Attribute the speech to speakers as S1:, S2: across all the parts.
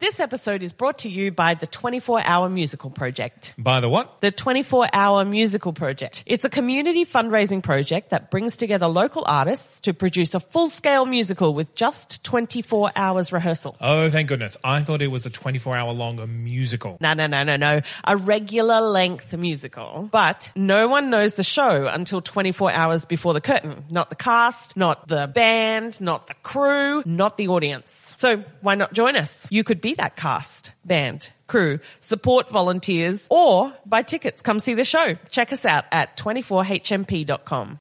S1: This episode is brought to you by the 24 Hour Musical Project.
S2: By the what?
S1: The 24 Hour Musical Project. It's a community fundraising project that brings together local artists to produce a full scale musical with just 24 hours rehearsal.
S2: Oh, thank goodness. I thought it was a 24 hour long musical.
S1: No, no, no, no, no. A regular length musical. But no one knows the show until 24 hours before the curtain. Not the cast, not the band, not the crew, not the audience. So why not join us? You could be that cast, band, crew, support volunteers, or buy tickets. Come see the show. Check us out at 24hmp.com.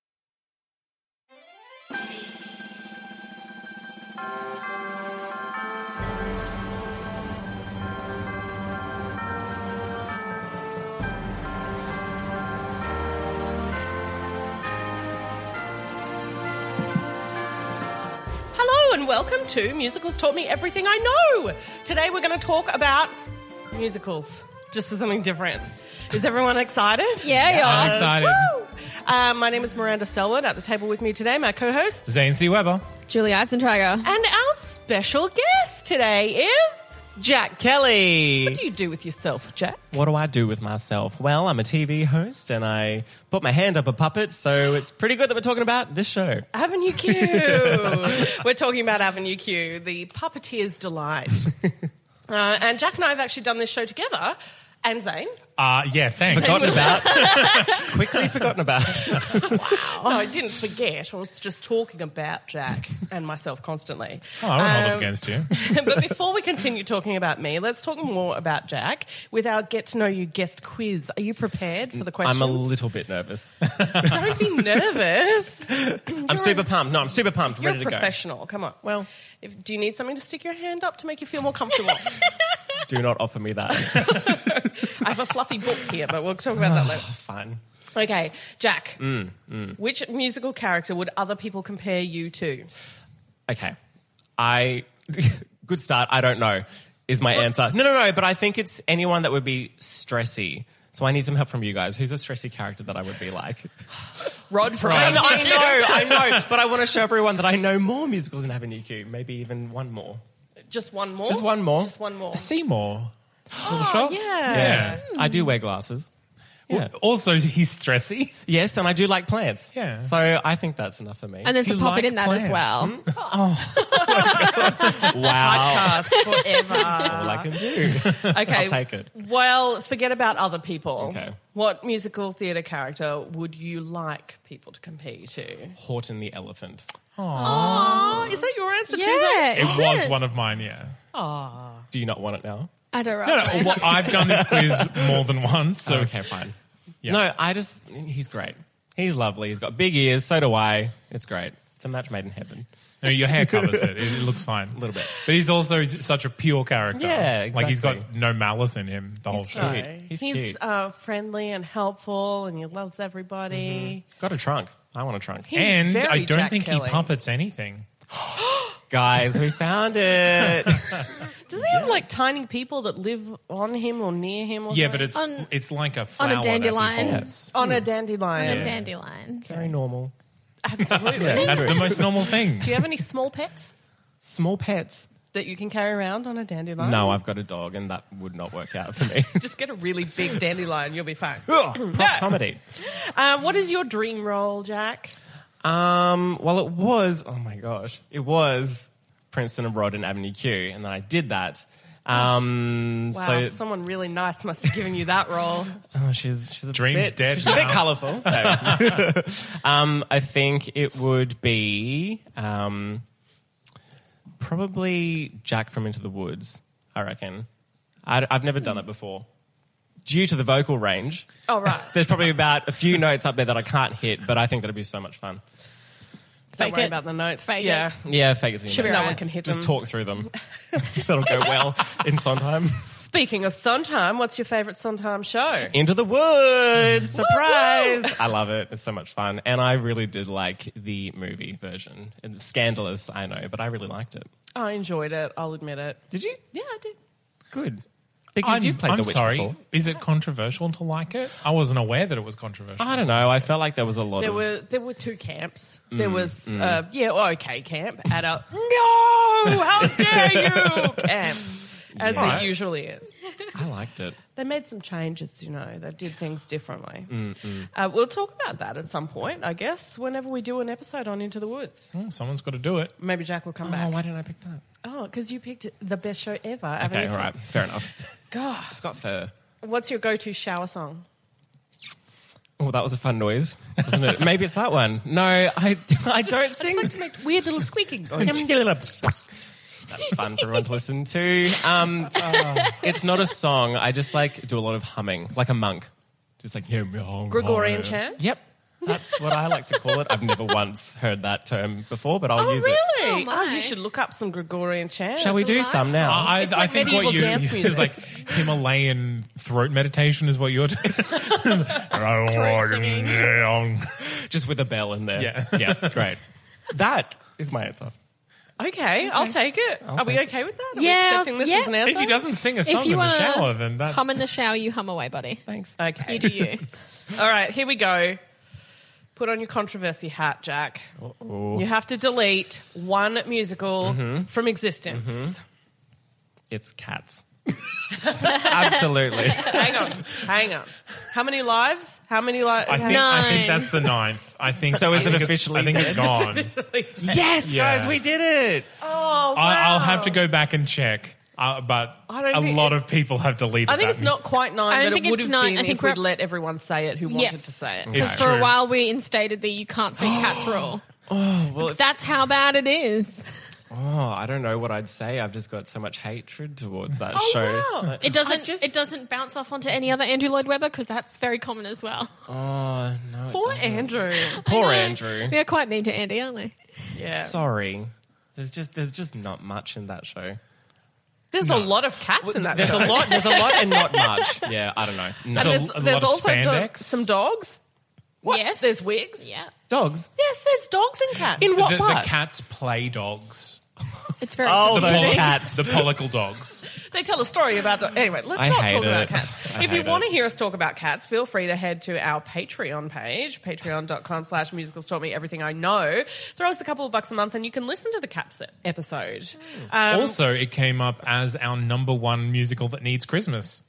S1: Hello and welcome to Musicals Taught Me Everything I Know. Today we're going to talk about musicals, just for something different. Is everyone excited?
S3: Yeah, you
S2: I'm
S3: are.
S2: excited.
S1: Woo! Uh, my name is Miranda Selwood. At the table with me today, my co-hosts
S2: Zane C. Weber.
S3: Julie Eisentrager.
S1: and our special guest today is.
S4: Jack Kelly.
S1: What do you do with yourself, Jack?
S4: What do I do with myself? Well, I'm a TV host and I put my hand up a puppet, so it's pretty good that we're talking about this show.
S1: Avenue Q. We're talking about Avenue Q, the puppeteer's delight. uh, and Jack and I have actually done this show together, and Zane.
S2: Uh, yeah, thanks.
S4: Forgotten about. Quickly forgotten about.
S1: Oh, I didn't forget. I was just talking about Jack and myself constantly.
S2: Oh, I won't hold
S1: Um,
S2: it against you.
S1: but before we continue talking about me, let's talk more about Jack with our get to know you guest quiz. Are you prepared for the questions?
S4: I'm a little bit nervous.
S1: Don't be nervous.
S4: I'm super pumped. No, I'm super pumped.
S1: You're a
S4: ready to go.
S1: professional. Come on.
S4: Well-
S1: if, do you need something to stick your hand up to make you feel more comfortable?
S4: Do not offer me that.
S1: I have a fluffy book here, but we'll talk about that later.
S4: Fine.
S1: Okay, Jack.
S4: Mm,
S1: Which musical character would other people compare you to?
S4: Okay. I good start. I don't know is my answer. No, no, no. But I think it's anyone that would be stressy. So I need some help from you guys. Who's a stressy character that I would be like?
S1: Rod from
S4: I know, I know, I know. But I want to show everyone that I know more musicals than Avenue Q. Maybe even one more.
S1: Just one more.
S4: Just one more.
S1: Just one more.
S2: Seymour.
S1: Oh,
S2: shot?
S1: yeah.
S2: Yeah.
S4: I do wear glasses. Yeah.
S2: Also, he's stressy.
S4: Yes, and I do like plants.
S2: Yeah.
S4: So I think that's enough for me.
S3: And there's
S2: You
S3: a
S2: like
S3: puppet in that as
S2: plants.
S3: well.
S4: wow.
S1: Us forever.
S4: All I can do.
S1: okay.
S4: I'll take it.
S1: Well, forget about other people.
S4: Okay.
S1: What musical theatre character would you like people to compare you to?
S4: Horton the elephant.
S1: Oh, is that your answer too? Zoe?
S3: Yeah.
S2: It
S4: Oh,
S2: was one of mine, yeah.
S4: Do you not want it now?
S3: I don't
S2: No, no,
S3: know.
S2: well, I've done this quiz more than once. So.
S4: okay, fine. Oh, No, I just he's great. He's lovely. He's got big ears. So do I. It's great. It's a match made in heaven.
S2: No, your hair covers it. It, it looks fine. A
S4: little bit.
S2: But he's also such a pure character.
S4: Yeah,
S2: Like he's got
S4: exactly.
S2: no malice in him the whole show.
S4: Cute. He's cute.
S1: Uh, friendly and helpful, and he loves everybody.
S4: Got a trunk. I want a trunk.
S1: He's
S2: And
S1: very
S2: I don't
S1: Jack
S2: think
S1: Kelly.
S2: he puppets anything.
S4: Guys, we found it.
S1: Does he have like tiny people that live on him or near him? Or
S2: Yeah,
S1: something?
S2: but it's
S3: On-
S2: it's like a flower that he
S3: dandelion.
S2: holds.
S1: on
S4: Hmm.
S1: a dandelion.
S3: A dandelion.
S4: Very normal.
S1: Absolutely.
S2: That's the most normal thing.
S1: Do you have any small pets
S4: Small pets.
S1: that you can carry around on a dandelion?
S4: No, I've got a dog, and that would not work out for me.
S1: Just get a really big dandelion, you'll be fine.
S4: Prop comedy.
S1: Uh, what is your dream role, Jack?
S4: Um, well, it was. Oh my gosh, it was Princeton and Rod and Avenue Q, and then I did that, Um,
S1: Wow,
S4: So
S1: someone really nice must have given you that role.
S4: oh, she's she's a
S2: Dream's
S4: bit,
S2: dead
S4: She's a bit
S2: now.
S4: colourful. um, I think it would be um, probably Jack from Into the Woods. I reckon. I, have never done it before. Due to the vocal range,
S1: Oh, right.
S4: there's probably about a few notes up there that I can't hit, but I think that'd be so much fun.
S1: Don't
S3: Fake
S1: worry
S3: it.
S1: about the notes.
S3: Fake
S1: yeah.
S3: it.
S4: Yeah, fake it. till you
S3: Should
S4: make
S3: be
S4: it.
S1: No
S3: Right.
S1: one can hit
S4: Just
S1: them.
S4: talk through them. That'll go well in Sondheim.
S1: Speaking of Sondheim, what's your favourite Sondheim show?
S4: Into the woods, surprise! I love it. It's so much fun, and I really did like the movie version. It's scandalous, I know, but I really liked it.
S1: I enjoyed it. I'll admit it.
S4: Did you?
S1: Yeah, I did.
S4: Good. Because
S2: I'm,
S4: you've played
S2: I'm
S4: The Witch
S2: sorry.
S4: before.
S2: Is it controversial to like it? I wasn't aware that it was controversial.
S4: I don't know. I felt like there was a lot
S1: There
S4: of.
S1: were there were two camps.
S4: Mm,
S1: There was uh, yeah, well, okay camp, adult. No, how dare you camp, as
S4: Yeah.
S1: it usually is.
S4: I liked it.
S1: They made some changes, you know. They did things differently.
S4: Mm,
S1: Uh, we'll talk about that at some point, I guess. Whenever we do an episode on Into the Woods,
S2: Hmm, someone's got to do it.
S1: maybe Jack will come
S4: Oh,
S1: back.
S4: why didn't I pick that?
S1: Oh, because you picked the best show ever.
S4: Okay,
S1: Avenue
S4: all right,
S1: Camp.
S4: fair enough.
S1: God,
S4: It's got fur.
S1: what's your go-to shower song?
S4: Oh, that was a fun noise, wasn't it? Maybe it's that one. No, I I don't
S1: I
S4: sing.
S1: like to make weird little squeaking
S2: Oh,
S1: noises.
S4: That's fun for everyone to listen to. Um, It's not a song. I just like do a lot of humming, like a monk. Just like yeah,
S2: oh,
S4: meow,
S3: Gregorian
S4: meow.
S3: chant?
S4: Yep, that's what I like to call it. I've never once heard that term before, but I'll
S1: Oh,
S4: use
S1: really?
S3: Oh, my.
S1: you should look up some Gregorian chants.
S4: it. Shall we do
S3: Delightful.
S4: some now?
S2: I,
S1: It's
S2: I
S1: like
S2: think
S1: medieval
S2: what you
S1: dance music.
S2: is like Himalayan throat meditation is what you're doing.
S3: singing.
S4: Just with a bell in there.
S2: Yeah.
S4: yeah, great. That is my answer.
S1: Okay, I'll take it. Are we okay with that? Are
S3: Yeah,
S1: we accepting this
S3: yeah.
S1: as an answer?
S2: If he doesn't sing a
S3: If
S2: song in
S3: you
S2: the
S3: want
S2: shower, then
S3: to
S2: that's
S3: hum in the shower, you hum away, buddy.
S4: Thanks.
S3: You
S1: Okay.
S3: do you.
S1: All right, here we go. Put on your controversy hat, Jack. You have to delete one musical
S2: Mm-hmm.
S1: from existence.
S4: It's cats. Absolutely.
S1: Hang on, hang on. How many lives? How many lives?
S2: I think, I think that's the ninth. I think
S4: So
S2: I
S4: is it
S2: think it's-
S4: officially
S2: I think it's gone.
S4: Yes,
S2: Yeah.
S4: guys, we did it.
S1: oh, wow.
S2: I, I'll have to go back and check. Uh, but
S1: I don't
S2: a
S1: think
S2: lot
S1: it-
S2: of people have deleted.
S1: I think
S2: that
S1: it's not quite nine,
S3: I don't
S1: but
S3: think
S1: it would
S3: it's
S1: have
S3: nine.
S1: been
S3: I
S1: if
S3: think
S1: we'd
S3: we're-
S1: let everyone say it who wanted
S3: Yes.
S1: to say it.
S2: It's
S3: Because for
S2: true.
S3: a while we instated the you can't sing cats rule.
S4: well, if-
S3: That's how bad it is.
S4: Oh, I don't know what I'd say. I've just got so much hatred towards that
S1: Oh,
S4: show.
S1: wow.
S4: So-
S3: It doesn't.
S1: just-
S3: it doesn't bounce off onto any other Andrew Lloyd Webber because that's very common as well.
S4: Oh, no. it
S1: Poor
S4: doesn't.
S1: Andrew.
S4: Poor Andrew.
S3: We are quite mean to Andy, aren't we?
S1: Yeah.
S4: Sorry. There's just there's just not much in that show.
S1: There's a lot of cats in that
S4: There's
S1: show.
S4: a lot. There's a lot and not much. Yeah, I don't know. No.
S2: a-
S1: There's,
S2: a lot
S1: there's
S2: of
S1: also do-
S2: spandex.
S1: some dogs.
S3: Yes.
S1: There's wigs.
S3: Yeah.
S4: dogs.
S1: Yes, there's dogs and cats.
S4: In what
S2: the, the
S4: part?
S2: cats play dogs.
S3: It's very.
S4: Oh,
S2: The
S4: those
S2: poli-
S4: cats.
S2: The pollicle dogs.
S1: they tell a story about do- anyway. Let's
S4: I
S1: not
S4: hate
S1: talk about
S4: it.
S1: cats.
S4: I
S1: if you
S4: hate
S1: want to
S4: it.
S1: hear us talk about cats, feel free to head to our Patreon page, patreon.com slash musicals taught me everything I know. Throw us a couple of bucks a month and you can listen to the cats e- episode. Um,
S2: also, it came up as our number one musical that needs Christmas.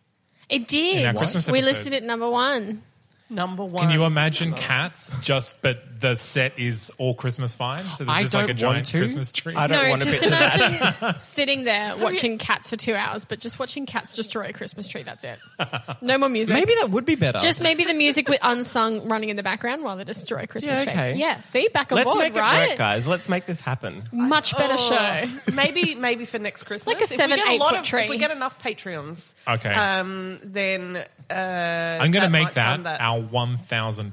S3: It
S2: In our
S3: did.
S2: Christmas
S3: we
S2: episodes.
S3: listed it number one.
S1: number one.
S2: Can you imagine cats? Just but the set is all Christmas vibes. So there's
S4: I
S2: just
S4: don't
S2: like a
S4: want
S2: giant
S4: to.
S2: Christmas tree.
S4: I don't
S3: no,
S4: want to
S3: just
S4: picture that.
S3: imagine sitting there watching cats for two hours, but just watching cats destroy a Christmas tree. That's it. No more music.
S4: Maybe that would be better.
S3: Just maybe the music with unsung running in the background while they destroy a Christmas
S4: Yeah,
S3: tree.
S4: okay.
S3: Yeah, see, back on
S4: Let's
S3: board,
S4: make it
S3: right?
S4: work, guys. Let's make this happen.
S3: Much better show.
S1: maybe maybe for next Christmas,
S3: Like a
S1: If we
S3: seven,
S1: get
S3: eight
S1: lot
S3: foot
S1: of-
S3: tree.
S1: If we get enough Patreons,
S2: Okay.
S1: um, then uh,
S2: I'm going to
S1: that
S2: make
S1: might fund
S2: that, our 1,000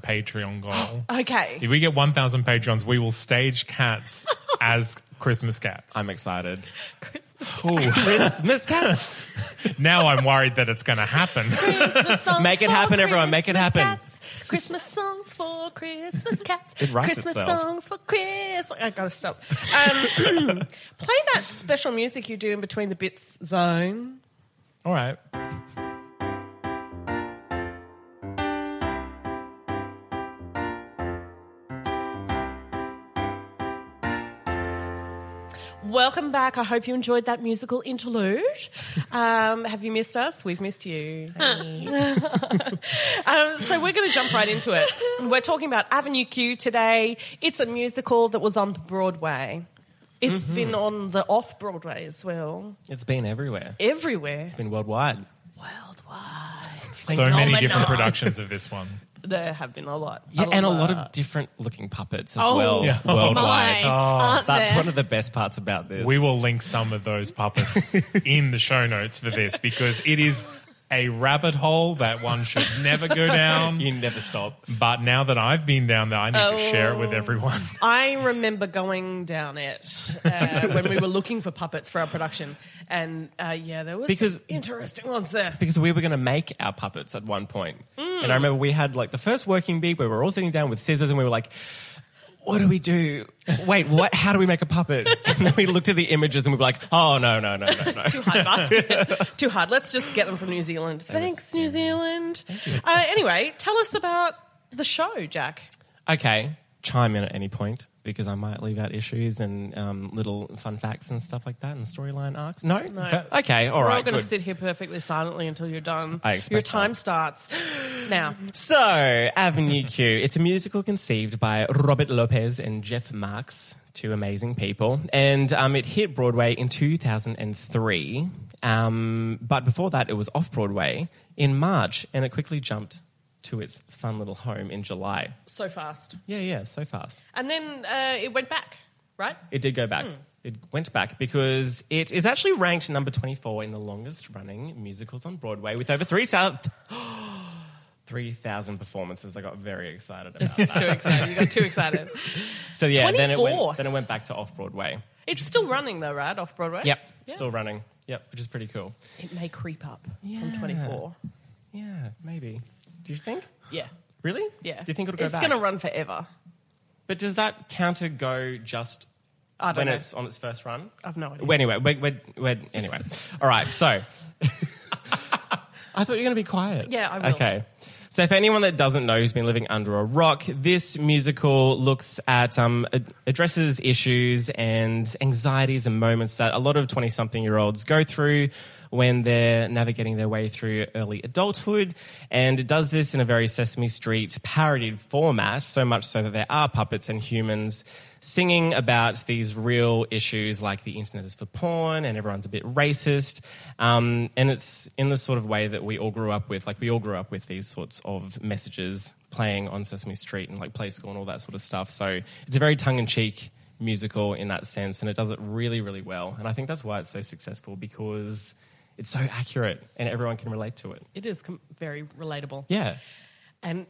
S2: Patreon goal.
S1: okay.
S2: if we get 1,000 Patreons, we will stage cats as Christmas cats.
S4: I'm excited. Christmas, Miss Cats.
S2: now I'm worried that it's going to happen.
S1: Christmas songs
S4: Make it
S1: for
S4: happen, everyone. Make it
S1: Christmas
S4: happen.
S1: Cats. Christmas songs for Christmas cats.
S4: It writes
S1: Christmas
S4: itself.
S1: songs for Christmas. I gotta stop. Um, play that special music you do in between the bits zone.
S2: all right.
S1: Welcome back. I hope you enjoyed that musical interlude. Um, have you missed us? We've missed you. um, so we're going to jump right into it. We're talking about Avenue Q today. It's a musical that was on Broadway. It's
S2: Mm-hmm.
S1: been on the off Broadway as well,
S4: It's been everywhere.
S1: everywhere.
S4: It's been worldwide.
S1: Worldwide.
S2: So many different
S1: Phenomenon.
S2: productions of this one.
S1: There have been a lot.
S4: Yeah, and a lot of different looking puppets as
S3: Oh,
S4: well
S3: Yeah.
S4: worldwide.
S3: My, Oh. aren't
S4: That's
S3: there?
S4: one of the best parts about this.
S2: We will link some of those puppets in the show notes for this because it is a rabbit hole that one should never go down.
S4: you never stop.
S2: But now that I've been down there, I need to share it with everyone.
S1: I remember going down it uh, when we were looking for puppets for our production, and uh, yeah, there was
S4: Because-
S1: some interesting ones there.
S4: Because we were going to make our puppets at one point. And I remember we had like the first working gig where we were all sitting down with scissors and we were like, what do we do? Wait, what? How do we make a puppet? And then we looked at the images and we were like, oh, no, no, no, no, no.
S1: Too hard, basket. Too hard. Let's just get them from New Zealand. Thanks, New Zealand. Uh, anyway, tell us about the show, Jack.
S4: okay, chime in at any point because I might leave out issues and um, little fun facts and stuff like that and storyline arcs. No?
S1: No.
S4: Okay, all
S1: We're
S4: right,
S1: all going to
S4: good.
S1: sit here perfectly silently until you're done.
S4: I expect
S1: Your time
S4: that.
S1: starts now.
S4: So, Avenue Q. It's a musical conceived by Robert Lopez and Jeff Marks, two amazing people. And um, it hit Broadway in 2003. Um, but before that, it was off Broadway in March, and it quickly jumped to its fun little home in July.
S1: So fast.
S4: Yeah, yeah, so fast.
S1: And then uh, it went back, right?
S4: It did go
S1: Hmm.
S4: back. It went back because it is actually ranked number 24 in the longest running musicals on Broadway with over 3,000 3,000 performances. I got very excited about
S1: It's
S4: that.
S1: too excited. You got too excited.
S4: So yeah, then it
S1: 24.
S4: went then it went back to off Broadway.
S1: It's still running though, right? Off Broadway.
S4: Yep, still running. Yep, which is pretty cool.
S1: It may creep up
S4: Yeah.
S1: from 24.
S4: Yeah, maybe. Do you think?
S1: Yeah.
S4: Really?
S1: Yeah.
S4: Do you think it'll go
S1: It's
S4: back?
S1: going to run forever.
S4: but does that counter go just
S1: I don't
S4: when
S1: know.
S4: it's on its first run?
S1: I've no idea.
S4: Well, anyway, we're, we're, we're, anyway. All right, so. I thought you were going to be quiet.
S1: Yeah, I will.
S4: Okay. So, for anyone that doesn't know who's been living under a rock, this musical looks at, um, ad- addresses issues and anxieties and moments that a lot of 20 something year olds go through when they're navigating their way through early adulthood. And it does this in a very Sesame Street parodied format, so much so that there are puppets and humans singing about these real issues like the internet is for porn and everyone's a bit racist. Um, and it's in the sort of way that we all grew up with. Like, we all grew up with these sorts of messages playing on Sesame Street and like Play School and all that sort of stuff. So it's a very tongue in cheek musical in that sense. And it does it really, really well. And I think that's why it's so successful because it's so accurate and everyone can relate to it.
S1: It is com- very relatable.
S4: Yeah.
S1: And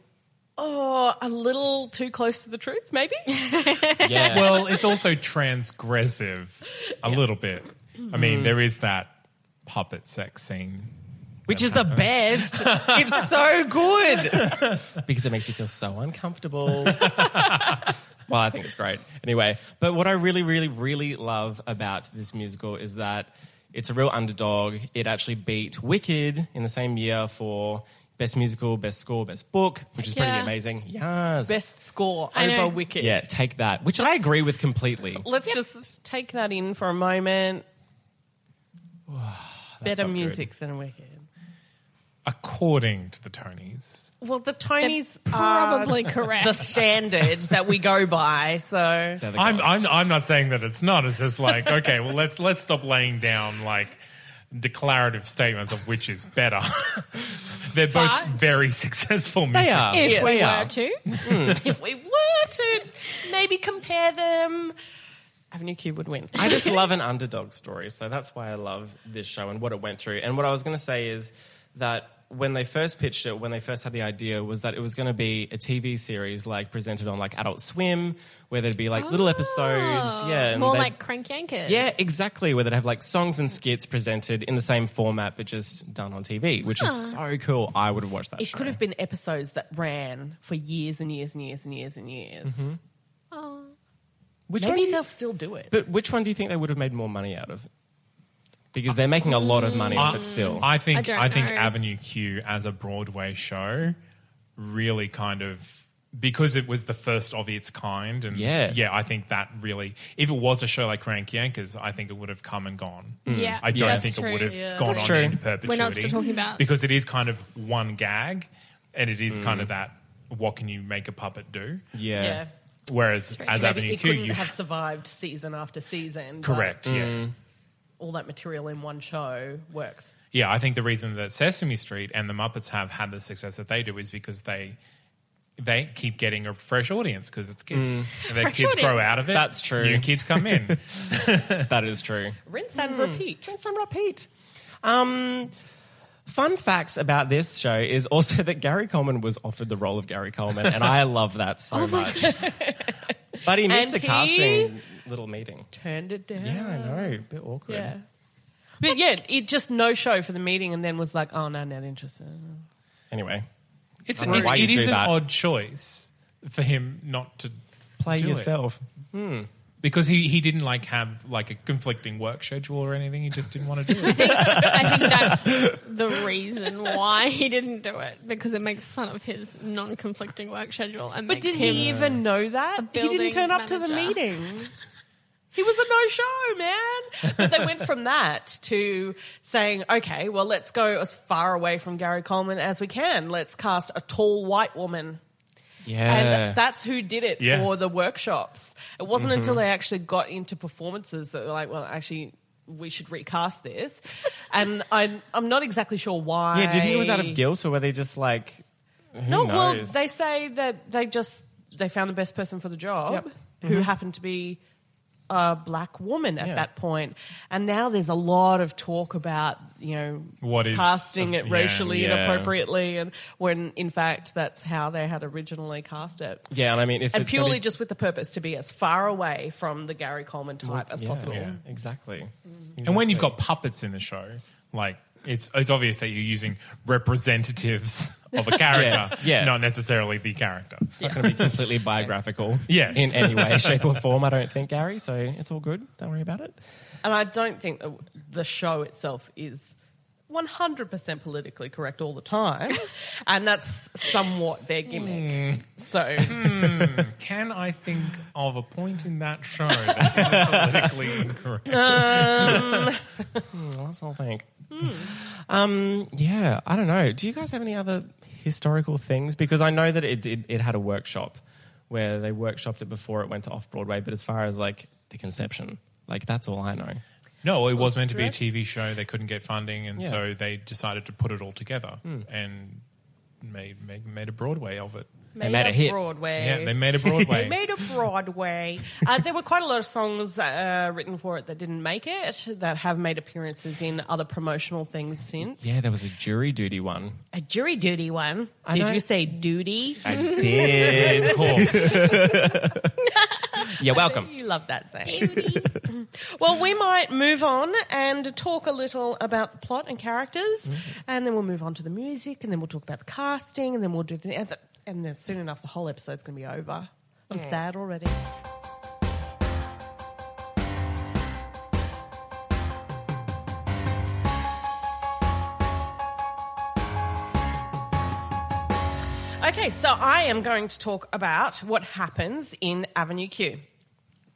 S1: oh, a little too close to the truth, maybe?
S4: Yeah.
S2: Well, it's also transgressive a little bit. I mean, there is that puppet sex scene.
S4: which is the best. it's so good because it makes you feel so uncomfortable. well, I think it's great. Anyway, but what I really, really, really love about this musical is that it's a real underdog. It actually beat Wicked in the same year for best musical, best score, best book, which is pretty
S3: Yeah.
S4: amazing. Yes.
S1: Best score
S3: I know.
S1: over Wicked.
S4: yeah, take that, which I agree with completely.
S1: Let's just take that in for a moment. Better
S4: felt good.
S1: music than Wicked.
S2: According to the Tonys,
S1: Well, the Tonys are
S3: Probably correct.
S1: the standard that we go by, so
S4: They're the
S2: I'm,
S4: gods.
S2: I'm I'm not saying that it's not. It's just like okay, well let's let's stop laying down like declarative statements of which is better. They're both
S3: But-
S2: very successful.
S4: They
S2: Music.
S4: are.
S3: if
S1: Yes.
S3: we
S4: They are.
S3: were to,
S4: Hmm.
S1: if we were to maybe compare them, Avenue Q would win.
S4: I just love an underdog story. So that's why I love this show and what it went through. And what I was going to say is that when they first pitched it, when they first had the idea, was that it was going to be a TV series like presented on like Adult Swim, where there'd be like little episodes. Yeah. and
S3: more
S4: they'd-
S3: like crank yankers.
S4: yeah, exactly. Where they'd have like songs and skits presented in the same format, but just done on TV, which is so cool. I would have watched that.
S1: It
S4: show.
S1: could have been episodes that ran for years and years and years and years and years.
S4: Mm-hmm. Which one do
S1: Maybe
S4: you-
S1: they'll still do it.
S4: but which one do you think they would have made more money out of? Because they're making a lot of money
S2: Uh,
S4: off it still.
S2: I
S3: I
S2: think
S3: don't
S2: I, think
S3: know.
S2: Avenue Q as a Broadway show really kind of because it was the first of its kind and
S4: Yeah.
S2: I think that really if it was a show like Crank Yankers, I think it would have come and gone.
S3: Yeah,
S2: I don't
S4: Yeah.
S2: think
S3: Mm. that's
S2: it would
S3: true.
S2: have gone
S4: That's
S2: on
S4: true.
S2: into
S4: We're
S2: perpetuity.
S3: not still talking about-
S2: because it is kind of one gag and it is kind of that what can you make a puppet do?
S4: yeah.
S1: yeah.
S2: Whereas as
S1: Maybe
S2: Avenue
S1: it
S2: Q,
S1: couldn't
S2: you
S1: have survived season after season. but
S2: correct,
S4: Mm.
S2: yeah.
S1: All that material in one show works.
S2: Yeah, I think the reason that Sesame Street and the Muppets have had the success that they do is because they they keep getting a fresh audience because it's kids. And their
S3: Fresh
S2: kids grow
S3: audience.
S2: out of it.
S4: Mm. That's true.
S2: New kids come in.
S4: That is true.
S1: Rinse and repeat.
S4: Rinse and repeat. Um, fun facts about this show is also that Gary Coleman was offered the role of Gary Coleman, and I love that so much. but he missed
S1: Oh And
S4: a
S1: he-
S4: casting little meeting.
S1: Turned it down.
S4: Yeah, I know. bit awkward.
S1: Yeah. But yeah, it just no show for the meeting and then was like, oh, no, not interested.
S4: Anyway,
S2: It's,
S4: I don't know
S2: it's
S4: why you
S2: it
S4: do
S2: is an
S4: that.
S2: odd choice for him not to
S4: play
S2: do it.
S4: yourself.
S2: because he, he didn't like have like a conflicting work schedule or anything. He just didn't want to do it.
S3: I think that's the reason why he didn't do it because it makes fun of his non-conflicting work schedule and
S1: But
S3: makes
S1: did
S3: him
S1: he even know that?
S3: The
S1: He didn't
S3: building
S1: turn up to the
S3: manager.
S1: meeting. He was a no show, man. But they went from that to saying, okay, well, let's go as far away from Gary Coleman as we can. Let's cast a tall white woman.
S4: Yeah. Mm-hmm.
S1: And that's who did it
S2: Yeah.
S1: for the workshops. It wasn't until they actually got into performances that were like, well, actually, we should recast this. and I'm, I'm not exactly sure why.
S4: yeah, do you think it was out of guilt or were they just like, who
S1: No, well,
S4: knows?
S1: they say that they just they found the best person for the job, who happened to be a black woman at
S4: Mm-hmm. Yeah.
S1: that point. And now there's a lot of talk about you know
S2: What is-
S1: casting it
S2: yeah,
S1: racially
S4: yeah.
S1: inappropriately, and when in fact that's how they had originally cast it.
S4: yeah, and I mean, if
S1: And
S4: it's gonna
S1: purely
S4: be-
S1: just with the purpose to be as far away from the Gary Coleman type as
S4: Yeah,
S1: possible. Mm.
S4: yeah, exactly.
S2: And when you've got puppets in the show, like it's it's obvious that you're using representatives of a character,
S4: yeah.
S2: not necessarily the character. So-
S4: It's not going to be completely biographical
S2: Yes.
S4: in any way, shape, or form, I don't think, Gary. So it's all good. Don't worry about it.
S1: And I don't think that the show itself is 100% politically correct all the time. and that's somewhat their gimmick.
S4: Mm.
S1: So,
S2: Can I think of a point in that show that is politically incorrect?
S4: That's all thank.
S3: Hmm.
S4: Um, yeah, I don't know. Do you guys have any other historical things? Because I know that it did, it had a workshop where they workshopped it before it went to off Broadway. But as far as like the conception, like that's all I know.
S2: No, it was meant to be a TV show. They couldn't get funding, and
S4: Yeah.
S2: so they decided to put it all together and made, made made a Broadway of it.
S1: made,
S4: made
S1: a
S4: a hit.
S1: Broadway.
S2: Yeah, they made a
S1: They
S2: Broadway.
S1: made a Broadway. uh, there were quite a lot of songs uh, written for it that didn't make it, that have made appearances in other promotional things since.
S4: Yeah, there was a jury duty one.
S1: A jury duty one.
S4: I
S1: Did
S4: don't-
S1: you say duty?
S4: I did.
S2: Of course.
S4: You're welcome.
S1: You love that saying. well, we might move on and talk a little about the plot and characters, and then we'll move on to the music, and then we'll talk about the casting, and then we'll do the and, the, and then soon enough the whole episode's going to be over. I'm sad already. Okay, so I am going to talk about what happens in Avenue Q.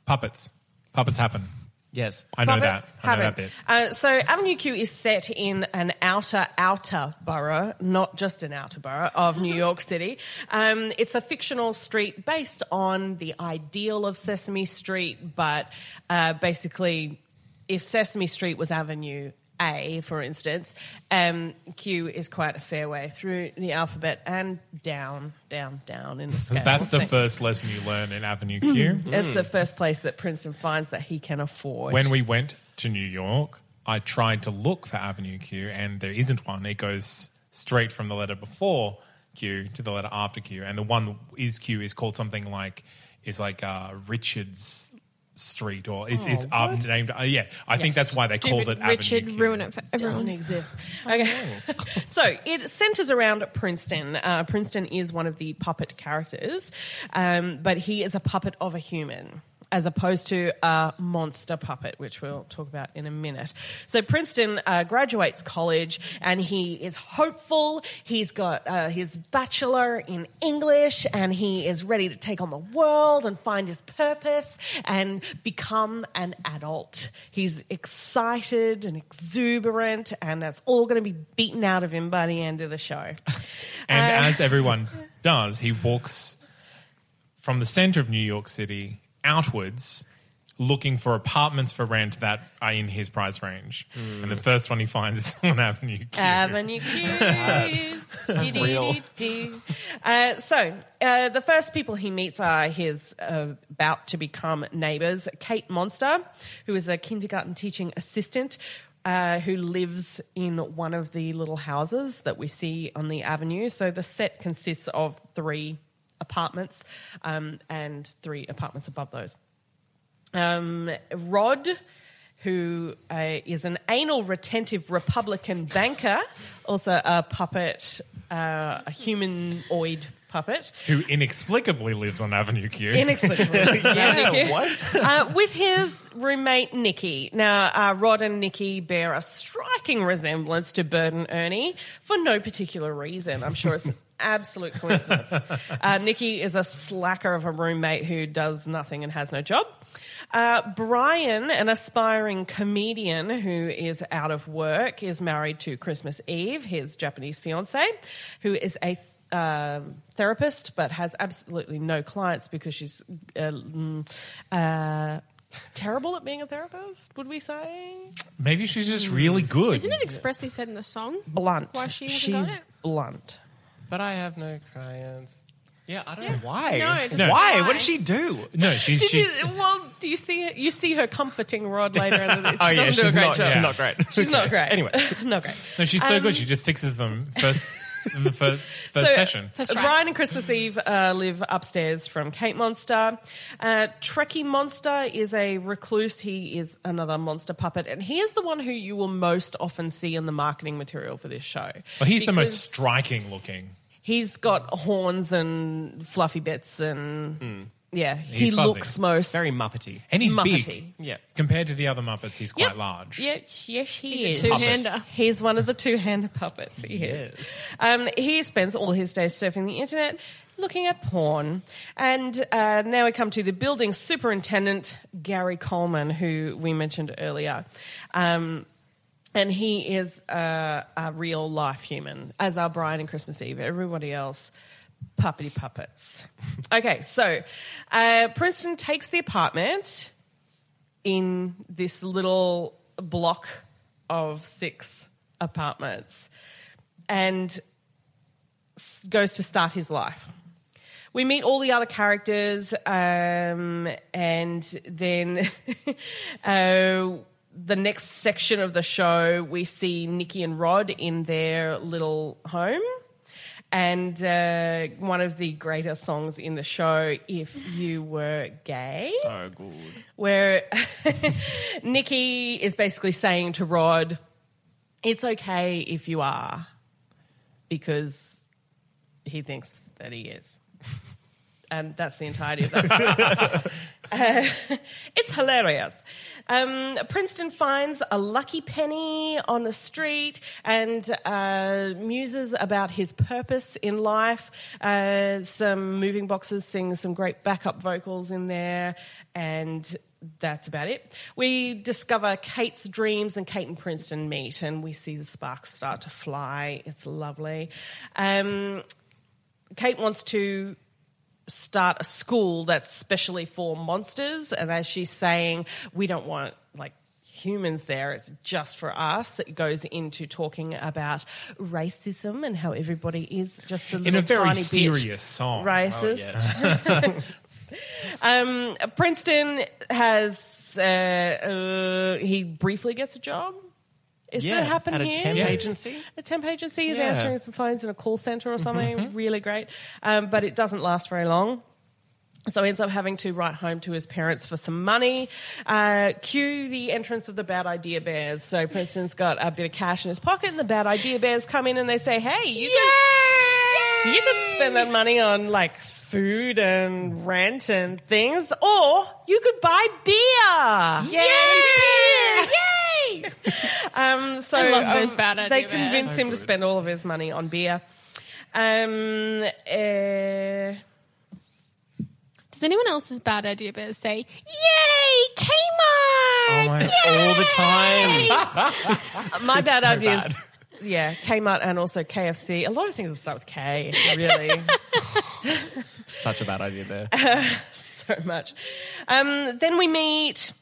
S2: Puppets. Puppets happen.
S4: Yes.
S2: I know
S1: Puppets
S2: that. I know that
S1: haven't.
S2: bit.
S1: Uh, so Avenue Q is set in an outer, outer borough, not just an outer borough of New York City. Um, it's a fictional street based on the ideal of Sesame Street, but uh, basically, if Sesame Street was Avenue A, for instance, um, Q is quite a fair way through the alphabet and down, down, down in the scale.
S2: That's the
S1: Thanks.
S2: first lesson you learn in Avenue Q.
S1: It's the first place that Princeton finds that he can afford.
S2: When we went to New York, I tried to look for Avenue Q and there isn't one. It goes straight from the letter before Q to the letter after Q. And the one that is Q is called something like, is like uh, Richards Street or is, is uh, named. Uh, yeah, I think that's why they called it
S3: Oh, Stupid
S2: Avenue
S3: Richard
S2: Q.
S3: ruin it for
S1: doesn't
S3: everyone.
S1: exist. Okay. so it centers around Princeton. Uh, Princeton is one of the puppet characters, um, but he is a puppet of a human. As opposed to a monster puppet, which we'll talk about in a minute. So Princeton uh, graduates college, and he is hopeful. He's got uh, his bachelor in English, and he is ready to take on the world and find his purpose and become an adult. He's excited and exuberant, and that's all going to be beaten out of Uh, him by the end of the show.
S2: And as everyone does, he walks from the center of New York City outwards looking for apartments for rent that are in his price range.
S4: Hmm.
S2: And the first one he finds is on Avenue Q.
S1: Avenue Q. Do-do-do-do. Uh, so, uh, the first people he meets are his uh, about to become neighbors Kate Monster, who is a kindergarten teaching assistant. Uh, who lives in one of the little houses that we see on the avenue? So the set consists of three apartments um, and three apartments above those um, Rod, who uh, is an anal retentive Republican banker, also a puppet, uh, a humanoid puppet.
S2: Who inexplicably lives on Avenue Q.
S1: Inexplicably. yeah, Nikki.
S4: what?
S1: Uh, with his roommate Nikki. Now, uh, Rod and Nikki bear a striking resemblance to Bird and Ernie for no particular reason. I'm sure it's an absolute coincidence. Uh, Nikki is a slacker of a roommate who does nothing and has no job. Uh, Brian, an aspiring comedian who is out of work, is married to Christmas Eve, his Japanese fiance, who is a um, therapist but has absolutely no clients because she's uh, mm, uh, terrible at being a therapist, would we say?
S2: Maybe she's just really good.
S3: Isn't it expressly said in the song?
S1: Blunt.
S3: Why she hasn't got
S1: she's
S3: it?
S1: blunt.
S4: But I have no clients. Yeah, I don't know why.
S3: No, it doesn't
S4: why?
S3: lie.
S4: What did she do?
S2: No, she's
S1: Did
S2: she's
S1: you, well, do you see you see her comforting Rod later? And it, she
S4: Oh
S1: doesn't do
S4: yeah,
S1: a
S4: she's
S1: great
S4: not,
S1: job.
S4: she's not great.
S1: She's not great.
S4: Anyway.
S1: not great.
S2: no, she's so good. She just fixes them first in the first, first
S1: So,
S2: session.
S3: First try.
S1: Brian and Christmas Eve uh, live upstairs from Kate Monster. Uh, Trekkie Monster is a recluse. He is another monster puppet, and he is the one who you will most often see in the marketing material for this show.
S2: Well, he's the most
S1: Because
S2: striking looking.
S1: He's got horns and fluffy bits, and yeah,
S2: Hmm. He's
S1: he
S2: fuzzy.
S1: looks most.
S4: Very Muppety.
S2: And he's big.
S1: Muppety.
S4: Yeah.
S2: Compared to the other Muppets, he's quite
S1: Yep.
S2: large.
S1: Yes, yes, he
S3: He's
S1: is.
S3: a two-hander.
S1: He's one of the two-handed puppets. He, is. Um, he spends all his days surfing the internet, looking at porn. And uh, now we come to the building superintendent Gary Coleman, who we mentioned earlier. Um, and he is a, a real life human, as are Brian and Christmas Eve. Everybody else, puppety puppets. okay, so uh, Princeton takes the apartment in this little block of six apartments and s- goes to start his life. We meet all the other characters, um, and then uh, the next section of the show, we see Nikki and Rod in their little home. And uh, one of the greater songs in the show, If You Were Gay
S4: So good.
S1: where Nikki is basically saying to Rod, it's okay if you are, because he thinks that he is. And that's the entirety of that. song. Uh, it's hilarious. Um, Princeton finds a lucky penny on the street and uh, muses about his purpose in life. Uh, some moving boxes sing some great backup vocals in there, and that's about it. We discover Kate's dreams, and Kate and Princeton meet, and we see the sparks start to fly. It's lovely. Um, Kate wants to start a school that's specially for monsters, and as she's saying, we don't want like humans there it's just for us it goes into talking about racism and how everybody is just a little
S2: In a very
S1: tiny bit
S2: serious song.
S1: racist um, princeton has uh, uh, he briefly gets a job is that happening
S4: At a
S1: here?
S4: temp agency.
S1: a temp agency is
S4: Yeah.
S1: answering some phones in a call center or something. Really great. Um, but it doesn't last very long. So he ends up having to write home to his parents for some money. Uh, cue the entrance of the bad idea bears. So Princeton's got a bit of cash in his pocket, and the bad idea bears come in and they say, "Hey, you can you could spend that money on like food and rent and things, or you could buy beer." Yay! Yay! um, so
S3: I love those
S1: um,
S3: bad idea
S1: they
S3: bears.
S1: convince him to spend all of his money on beer. Um, eh,
S3: Does anyone else's bad idea better say, Yay, Kmart! Oh
S4: my- all the time.
S1: my bad
S4: so
S1: ideas.
S4: bad.
S1: Yeah, Kmart and also KFC. A lot of things that start with K, really.
S4: such a bad idea there.
S1: so much. Um, then we meet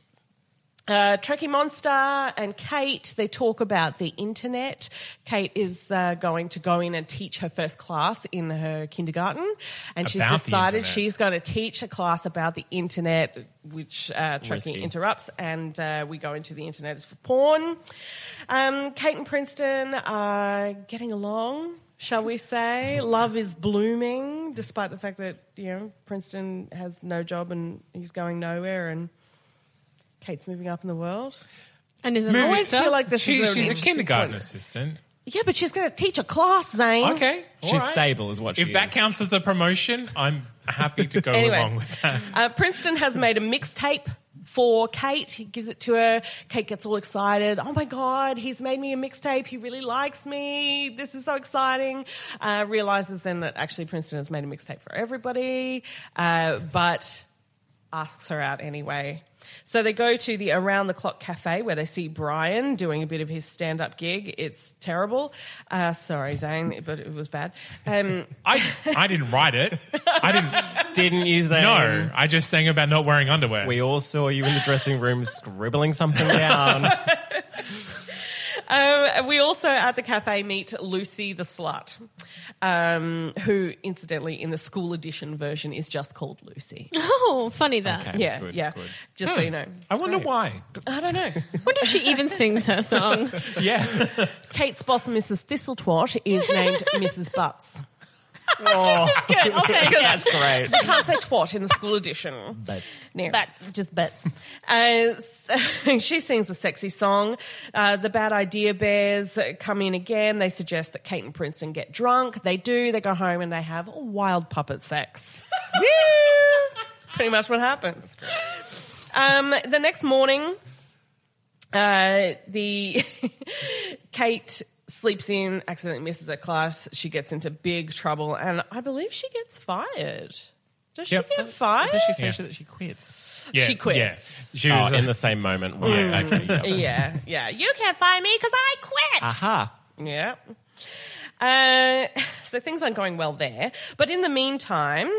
S1: uh, Trekkie Monster and Kate. They talk about the internet. Kate is uh, going to go in and teach her first class in her kindergarten, and she's
S2: About the
S1: decided
S2: internet.
S1: she's going to teach a class about the internet, which uh, Trekkie
S4: Risky.
S1: interrupts, and uh, we go into the internet is for porn. Um, Kate and Princeton are getting along. Shall we say love is blooming, despite the fact that you know Princeton has no job and he's going nowhere, and Kate's moving up in the world.
S3: And is it
S1: I
S3: movie
S1: always feel like this
S2: She,
S1: is
S2: she's a
S1: interesting
S2: kindergarten
S1: point.
S2: assistant.
S1: Yeah, but she's going to teach a class, Zane.
S2: Okay. all
S4: She's
S2: right.
S4: stable, is what she
S2: If that
S4: is.
S2: counts as a promotion, I'm happy to go
S1: Anyway.
S2: along with that.
S1: Uh, Princeton has made a mixtape for Kate. He gives it to her. Kate gets all excited. Oh my God, he's made me a mixtape. He really likes me. This is so exciting. Uh, realizes then that actually Princeton has made a mixtape for everybody, uh, but asks her out anyway. So they go to the Around the Clock Cafe where they see Brian doing a bit of his stand up gig. It's terrible. Uh, sorry, Zane, but it was bad. Um,
S2: I, I didn't write it. I didn't.
S4: Didn't you say?
S2: No, I just sang about not wearing underwear.
S4: We all saw you in the dressing room scribbling something down.
S1: Um, we also at the cafe meet Lucy the slut, um, who incidentally in the school edition version is just called Lucy.
S3: Oh, funny that.
S4: Okay,
S1: yeah,
S4: good,
S1: yeah.
S4: good. Hmm.
S1: Just so you know,
S2: I wonder why.
S1: I don't know.
S3: Wonder if she even sings her song.
S2: Yeah.
S1: Kate's boss, Mrs. Thistletwat, is named Mrs. Butts.
S3: Just as good. I'll take it.
S4: Oh. That's great.
S1: I can't say twat in the school edition.
S4: That's
S1: No, just butts. Uh, so- she sings a sexy song. Uh, the bad idea bears come in again. They suggest that Kate and Princeton get drunk. They do. They go home and they have wild puppet sex. That's pretty much what happens. Um, the next morning, uh, the Kate sleeps in, accidentally misses her class. She gets into big trouble, and I believe she gets fired. Does
S2: Yep.
S1: she get fired?
S4: Does she say
S2: Yeah.
S4: that she quits?
S2: yeah.
S1: She quits.
S2: Yeah. She
S4: Oh,
S2: was
S4: in the same moment. Wow. Okay, yeah.
S1: yeah, yeah. You can't fire me because I quit.
S4: Aha.
S1: Yeah. Uh, so things aren't going well there. But in the meantime,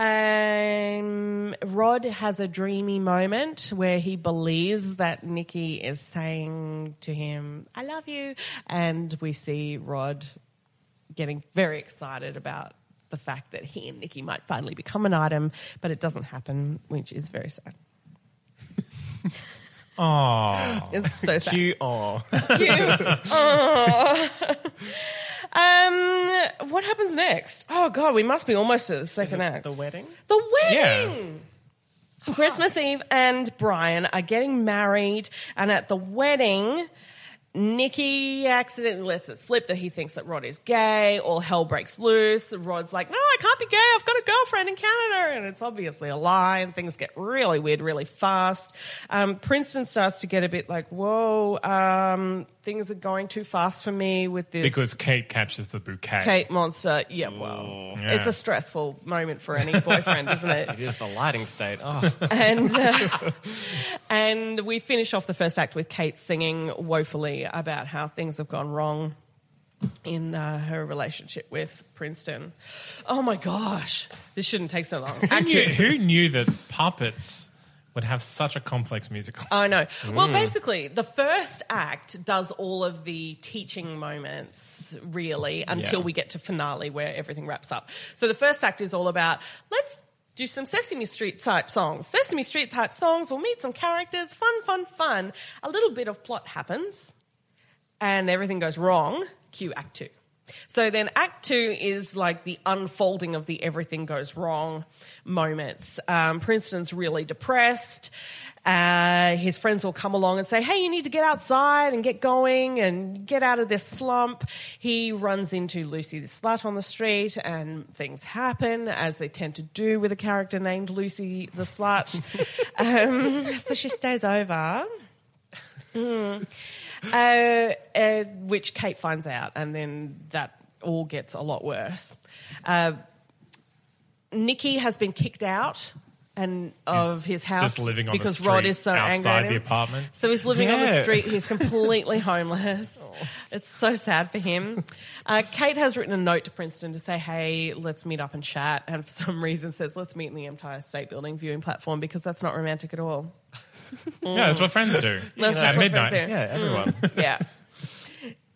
S1: um, Rod has a dreamy moment where he believes that Nikki is saying to him, I love you. And we see Rod getting very excited about the fact that he and Nikki might finally become an item, but it doesn't happen, which is very sad. Oh, it's so sad.
S4: You are.
S1: Cute. Aw. um, what happens next? Oh God, we must be almost to the second act. The wedding. The wedding. Christmas Eve and Brian are getting married, and at the wedding. Nikki accidentally lets it slip that he thinks that Rod is gay. All hell breaks loose. Rod's like, "No, I can't be gay. I've got a girlfriend in Canada," and it's obviously a lie. And things get really weird really fast. Um, Princeton starts to get a bit like, "Whoa, um, things are going too fast for me with this."
S2: Because Kate catches the bouquet.
S1: Kate Monster, yeah, well,
S2: Yeah.
S1: it's a stressful moment for any boyfriend, isn't it?
S4: It is the lighting state. Oh,
S1: and uh, and we finish off the first act with Kate singing woefully about how things have gone wrong in uh, her relationship with Princeton. Oh my gosh, this shouldn't take so long.
S2: Who knew,
S1: Actually,
S2: who knew that puppets would have such a complex musical?
S1: I know. Well, basically, the first act does all of the teaching moments, really, until
S4: Yeah.
S1: we get to finale where everything wraps up. So the first act is all about let's do some Sesame Street type songs. Sesame Street type songs. We'll meet some characters. Fun, fun, fun. A little bit of plot happens, and everything goes wrong. Cue Act Two. So then Act Two is like the unfolding of the everything goes wrong moments. Um, Princeton's really depressed. Uh, his friends will come along and say, Hey, you need to get outside and get going and get out of this slump. He runs into Lucy the slut on the street and things happen as they tend to do with a character named Lucy the slut. um, so she stays over uh, uh, which Kate finds out, and then that all gets a lot worse. Uh, Nikki has been kicked out and of his house
S2: just living on the
S1: because
S2: street
S1: Rod is so angry
S2: outside
S1: at
S2: the
S1: him.
S2: apartment.
S1: So he's living on the
S4: Yeah.
S1: street. He's completely homeless. It's so sad for him. Uh, Kate has written a note to Princeton to say, "Hey, let's meet up and chat." And for some reason, says, "Let's meet in the Empire State Building viewing platform because that's not romantic at all."
S2: Yeah, that's what friends do.
S1: That's
S2: at
S1: just what
S2: midnight.
S1: friends do. Mm.
S4: Yeah, everyone.
S1: yeah.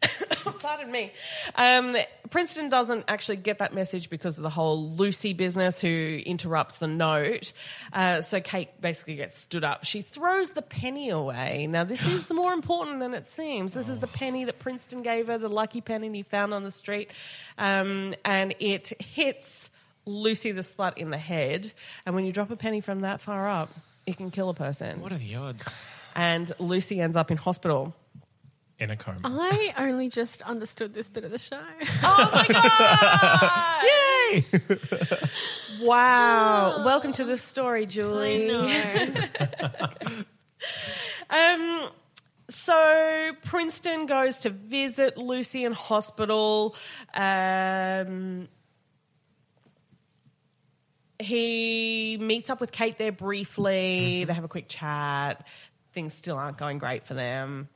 S1: Pardon me. Um, Princeton doesn't actually get that message because of the whole Lucy business who interrupts the note. Uh, so Kate basically gets stood up. She throws the penny away. Now, this is more important than it seems. This is the penny that Princeton gave her, the lucky penny he found on the street. Um, and it hits Lucy the slut in the head. And when you drop a penny from that far up, it can kill a person.
S4: what are the odds?
S1: and Lucy ends up in hospital.
S2: In a coma.
S3: I only just understood this bit of the show.
S1: Oh my god! Wow. Welcome to the story,
S3: I
S1: Julie.
S3: know.
S1: Um so Princeton goes to visit Lucy in hospital. Um he meets up with Kate there briefly.
S3: Mm-hmm.
S1: They have a quick chat. Things still aren't going great for them.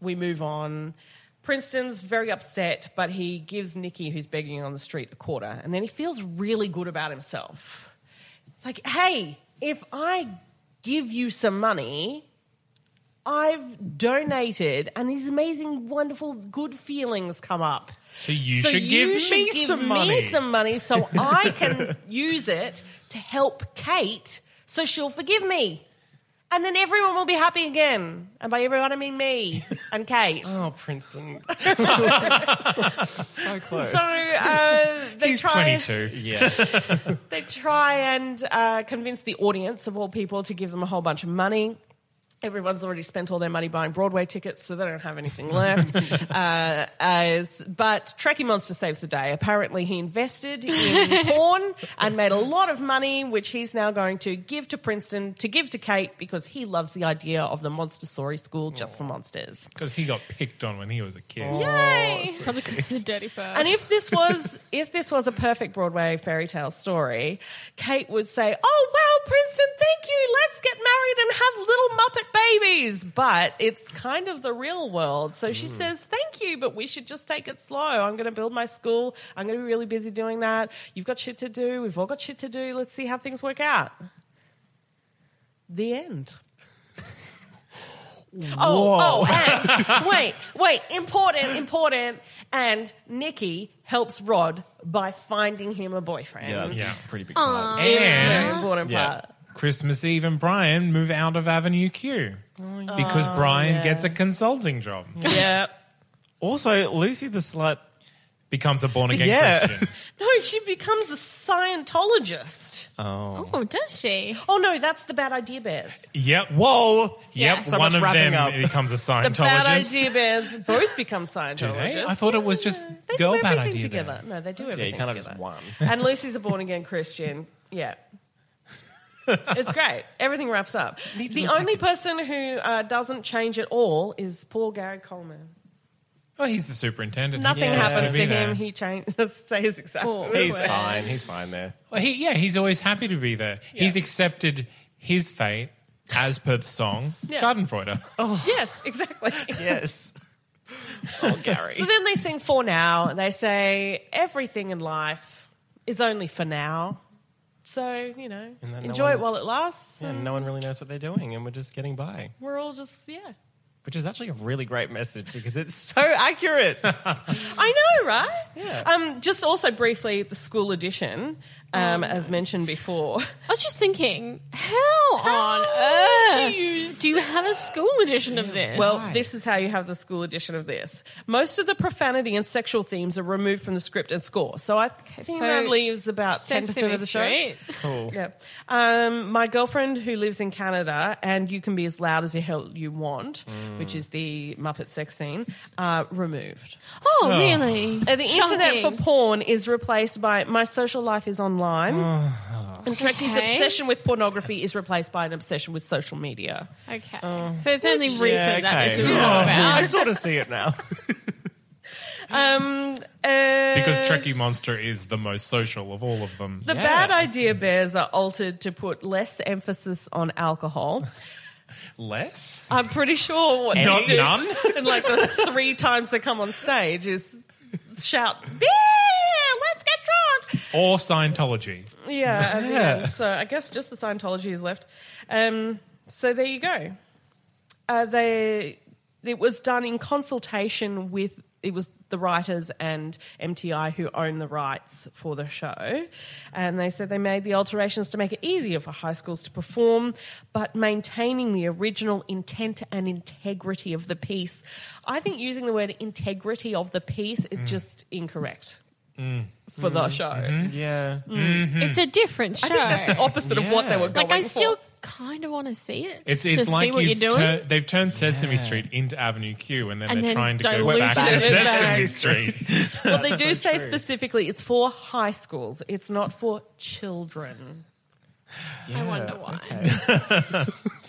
S1: We move on. Princeton's very upset, but he gives Nikki, who's begging on the street, a quarter. And then he feels really good about himself. It's like, hey, if I give you some money, I've donated, and these amazing, wonderful, good feelings come up.
S2: So you should give me some money.
S1: some money so I can use it to help Kate so she'll forgive me. And then everyone will be happy again. And by everyone, I mean me and Kate.
S4: Oh, Princeton. so close.
S1: So uh, they
S2: He's
S1: try.
S2: 22.
S4: yeah.
S1: They try and uh, convince the audience of all people to give them a whole bunch of money. Everyone's already spent all their money buying Broadway tickets, so they don't have anything left. uh, as, but Trekkie Monster saves the day. Apparently, he invested in porn and made a lot of money, which he's now going to give to Princeton to give to Kate because he loves the idea of the Monster Story School just for monsters.
S2: Because he got picked on when he was a kid.
S1: Oh. Yay!
S3: Probably because it's a dirty bird.
S1: And if this was if this was a perfect Broadway fairy tale story, Kate would say, "Oh wow, Princeton, thank you. Let's get married and have little Muppet babies." But it's kind of the real world, so she says, "Thank you, but we should just take it slow. I'm going to build my school. I'm going to be really busy doing that. You've got shit to do. We've all got shit to do. Let's see how things work out." The end. Oh, oh, and wait, wait, important, important. And Nikki helps Rod by finding him a boyfriend.
S4: Yeah, that's
S2: Yeah.
S4: a pretty big part.
S1: Very
S2: And
S1: important
S4: Yeah.
S1: part.
S2: Christmas Eve and Brian move out of Avenue Q because Brian
S1: Oh, yeah.
S2: gets a consulting job,
S1: Yeah.
S4: Also, Lucy the slut.
S2: becomes a born again
S4: Yeah.
S2: Christian.
S1: No, she becomes a Scientologist.
S2: Uh.
S3: oh, does she?
S1: Oh no, that's the bad idea bears.
S2: Yep.
S4: Whoa.
S2: Yep.
S3: So
S2: One
S4: much
S2: of
S4: wrapping
S2: them
S4: up.
S2: becomes a
S1: The bad
S2: Scientologist.
S1: idea bears both become
S2: Do
S1: Scientologists.
S2: they? I thought it was just
S1: They
S2: girl
S1: do
S2: bad
S1: everything
S2: idea.
S1: together.
S2: Bear.
S1: No, they do
S4: Yeah, you
S1: everything
S4: kind of
S1: together.
S4: just won.
S1: and Lucy's a born again Christian. Yeah. it's great. Everything wraps up.
S4: Needs
S1: the
S4: more
S1: only person who uh, doesn't change at all is poor Gary Coleman.
S2: Oh, he's the superintendent.
S1: Nothing
S2: He's just
S1: happens to
S2: gonna be
S1: him.
S2: there.
S1: He changes. Stays exactly.
S3: Or-
S4: He's
S3: Well,
S4: fine. He's fine there.
S2: Well, he, yeah, he's always happy to be there. He's accepted his fate as per the song
S1: Yeah.
S2: Schadenfreude.
S1: Yes, exactly.
S4: Yes. Oh, Gary.
S1: So then they sing for now, and they say everything in life is only for now. So you know,
S4: And then no
S1: enjoy
S4: one-
S1: it while it lasts.
S4: yeah, no one really knows what they're doing, and we're just getting by,
S1: We're all just yeah.
S4: which is actually a really great message because it's so accurate.
S1: I know, right?
S4: Yeah.
S1: Um, just also briefly, the school edition, um, as mentioned before.
S3: I was just thinking, how, on
S1: do
S3: earth do
S1: you-
S3: you, have a school edition of this?
S1: Well, this is how you have the school edition of this. Most of the profanity and sexual themes are removed from the script and score. So I th- think
S3: So,
S1: that leaves about ten percent
S3: Sesame
S1: of the show.
S3: Street.
S1: Yeah. Um, my girlfriend who lives in Canada and you can be as loud as the hell you want,
S3: Mm.
S1: which is the Muppet sex scene, uh, removed.
S3: Oh, really?
S1: Uh, the internet for porn is replaced by my social life is online.
S3: Mm.
S1: And Trekkie's
S3: Okay.
S1: obsession with pornography is replaced by an obsession with social media.
S3: Okay. so it's only recent
S4: Yeah,
S3: that
S4: okay.
S3: this is all about.
S4: I sort of see it now.
S1: Um, uh,
S2: Because Trekkie Monster is the most social of all of them.
S1: the bad idea bears are altered to put less emphasis on alcohol.
S2: Less?
S1: I'm pretty sure what
S2: Not
S1: they do
S2: none?
S1: And like the three times they come on stage is shout beer, let's get drunk.
S2: Or Scientology.
S1: Yeah, at the end. So I guess just the Scientology is left. Um, so there you go. Uh, they it was done in consultation with it was the writers and MTI who own the rights for the show, and they said they made the alterations to make it easier for high schools to perform, but maintaining the original intent and integrity of the piece. I think using the word integrity of the piece is just incorrect. For the show,
S4: Yeah.
S3: It's a different show.
S1: I think that's the opposite of what they were going
S3: like I still
S1: for.
S3: kind of want to see it.
S2: It's,
S3: to
S2: it's
S3: see
S2: like
S3: what you're
S2: you've
S3: doing.
S2: tur- they've turned Sesame Street into Avenue Q and then
S3: And
S2: they're
S3: then
S2: trying to go
S3: dilute
S2: back
S3: it
S2: to Sesame
S1: back.
S2: Street.
S1: Well, they do say specifically it's for high schools. It's not for children.
S3: I wonder why.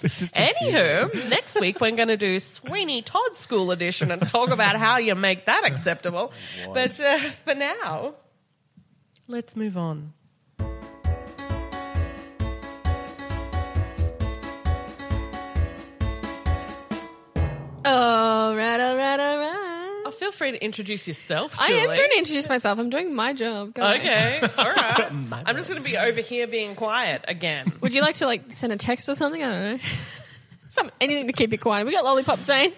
S4: This is
S1: Anywho, next week we're going to do Sweeney Todd School Edition and talk about how you make that acceptable. But uh, for now, let's move on.
S3: All right, all right, all right.
S1: Oh, feel free to introduce yourself.
S3: I
S1: Julie.
S3: am going to introduce myself. I'm doing my job. Go on.
S1: Okay, all right. I'm just going to be over here being quiet again.
S3: Would you like to like send a text or something? I don't know. Some anything to keep you quiet. We got lollipop saying.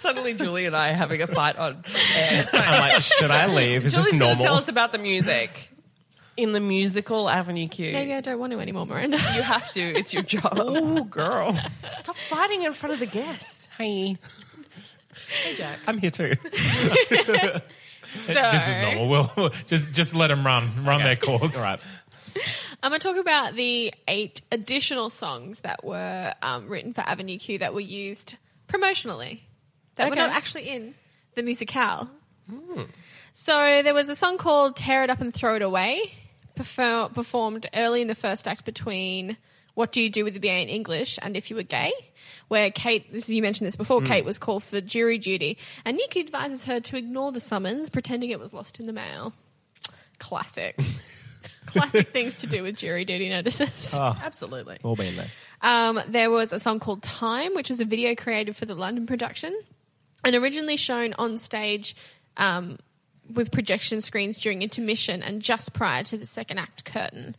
S1: Suddenly, Julie and I are having a fight on air. It's
S4: I'm like, should I leave? Is
S1: Julie's going
S4: this normal?
S1: to tell us about the music in the musical Avenue Q.
S3: Maybe I don't want to anymore, Miranda.
S1: You have to. It's your job. oh, girl. Stop fighting in front of the guest.
S4: Hi. I'm here too.
S3: So-
S2: This is normal. We'll, we'll just just let them run, run their course.
S4: All right.
S3: I'm going to talk about the eight additional songs that were um, written for Avenue Q that were used promotionally, that were
S1: Okay.
S3: not actually in the musicale. So there was a song called Tear It Up and Throw It Away, perfor- performed early in the first act between What Do You Do with the BA in English and If You Were Gay, where Kate, this, you mentioned this before, Kate was called for jury duty, and Nick advises her to ignore the summons, pretending it was lost in the mail. Classic. Classic things to do with jury duty notices.
S1: Absolutely.
S4: All been there.
S3: Um, there was a song called Time, which was a video created for the London production and originally shown on stage um, with projection screens during intermission and just prior to the second act curtain,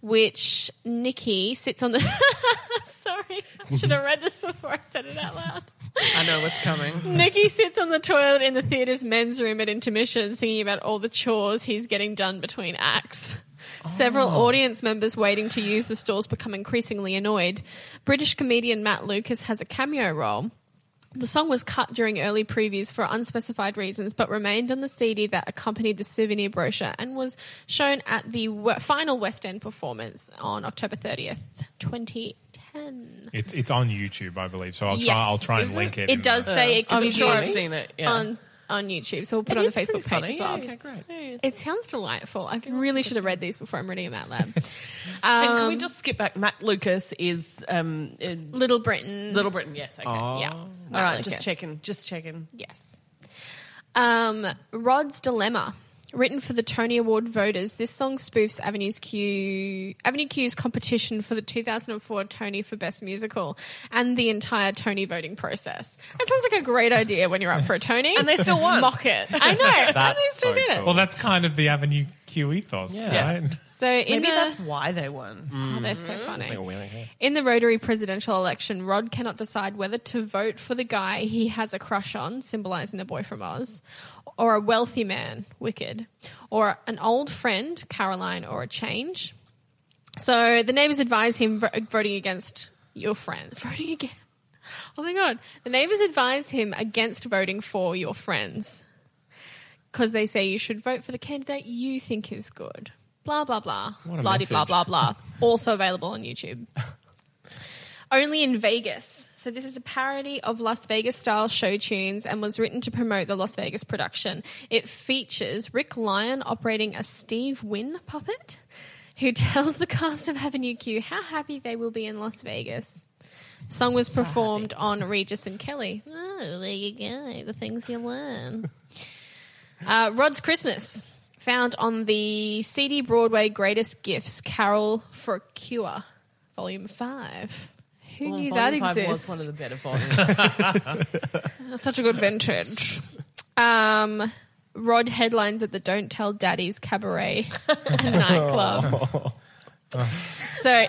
S3: which Nikki sits on the. Sorry, I should have read this before I said it out loud.
S1: I know what's coming.
S3: Nikki sits on the toilet in the theatre's men's room at intermission, singing about all the chores he's getting done between acts. Several audience members waiting to use the stalls become increasingly annoyed. British comedian Matt Lucas has a cameo role. The song was cut during early previews for unspecified reasons, but remained on the CD that accompanied the souvenir brochure and was shown at the we- final West End performance on October 30th, 2010.
S2: It's it's on YouTube, I believe. So I'll try.
S3: Yes.
S2: I'll try and
S3: Is
S2: link it.
S3: It
S2: in
S3: does
S2: the-
S3: say it can
S1: I'm
S3: be
S1: sure
S3: viewed
S1: I've seen it. Yeah.
S3: on on YouTube. So we'll put
S1: It
S3: on the
S1: is pretty
S3: Facebook page
S1: funny,
S3: as well.
S1: yeah. Okay,
S3: It sounds delightful. I really should have read these before I'm reading them out loud.
S1: and can we just skip back? Matt Lucas is um, in
S3: Little Britain.
S1: Little Britain. Yes. Okay.
S3: yeah.
S1: All right. Just
S3: checking.
S1: checking. Just checking.
S3: Yes. Um, Rod's Dilemma, written for the Tony Award voters. This song spoofs Avenue's Q, Avenue Q's competition for the 2004 Tony for Best Musical and the entire Tony voting process. It sounds like a great idea when you're up for a Tony.
S1: And they still won.
S3: Mock it. I know. and
S4: That's
S3: they still
S4: so
S3: did it.
S4: cool.
S2: Well, that's kind of the Avenue Q ethos,
S4: Yeah.
S2: right?
S3: So in
S1: Maybe
S3: the,
S1: that's Mm-hmm. why they won.
S3: Oh, they're so funny. In the Rotary presidential election, Rod cannot decide whether to vote for the guy he has a crush on, symbolizing the boy from Oz, or a wealthy man, Wicked, or an old friend, Caroline, or a change. So the neighbors advise him vo- voting against your friend. Voting again. Oh my god. The neighbors advise him against voting for your friends because they say you should vote for the candidate you think is good. Blah blah blah.
S4: What a
S3: Blah blah
S4: message.
S3: blah blah. Also available on YouTube. Only in Vegas. So this is a parody of Las Vegas style show tunes and was written to promote the Las Vegas production. It features Rick Lyon operating a Steve Wynn puppet. who tells the cast of Avenue Q how happy they will be in Las Vegas. The song was performed on Regis and Kelly. Oh, there you go. The things you learn. Uh, Rod's Christmas, found on the CD Broadway Greatest Gifts Carol for a Cure, Volume 5. Who knew that
S1: was
S3: exists?
S1: one of the better volumes.
S3: Such a good vintage. Um, Rod headlines at the Don't Tell Daddy's Cabaret nightclub. so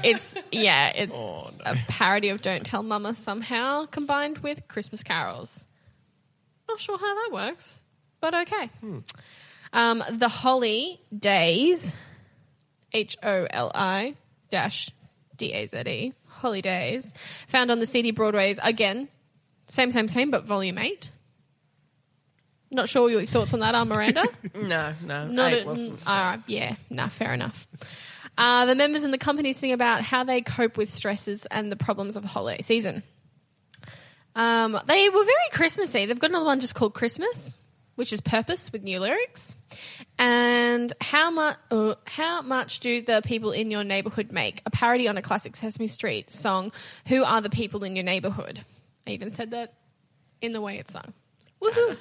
S3: it's, yeah, it's a parody of Don't Tell Mama somehow combined with Christmas carols. Not sure how that works, but okay. Um, the Holly Days, H O L I dash D A Z E, Holidays, found on the CD Broadway's again same, same, same, but volume eight. Not sure your thoughts on that are, Miranda.
S1: no, no,
S3: Not
S1: eight
S3: a-
S1: wasn't.
S3: mm, all right, yeah, nah, fair enough. Uh, the members in the company sing about how they cope with stresses and the problems of holiday season. Um, they were very Christmassy. They've got another one just called Christmas, which is purpose with new lyrics. And how much? Uh, how much do the people in your neighborhood make? A parody on a classic Sesame Street song. Who are the people in your neighborhood? I even said that in the way it's sung. Woohoo!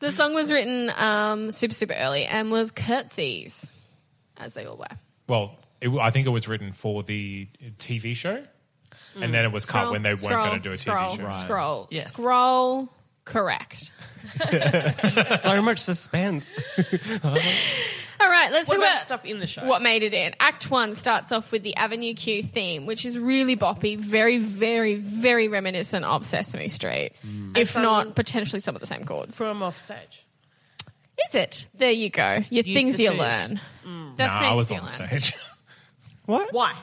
S3: the song was written um, super super early and was curtsies, as they all were.
S2: Well, it, w- I think it was written for the TV show, and then it was cut Oh, when they weren't
S3: Scroll,
S2: going to do a
S3: scroll,
S2: TV show.
S3: Scroll,
S1: Yeah.
S3: scroll. Correct.
S4: so much suspense.
S3: All right, let's
S1: What
S3: talk
S1: about
S3: about
S1: stuff in the show?
S3: What made it in? Act one starts off with the Avenue Q theme, which is really boppy, very, very, very reminiscent of Sesame Street, if
S1: some-
S3: not potentially some of the same chords.
S1: Mm. From off stage.
S3: Is it? There you go. Your
S1: Used
S3: things
S1: to Mm.
S3: you
S1: choose.
S3: learn. The
S2: Nah,
S3: things
S2: I was
S3: you
S2: on
S3: learn.
S2: stage.
S1: Why?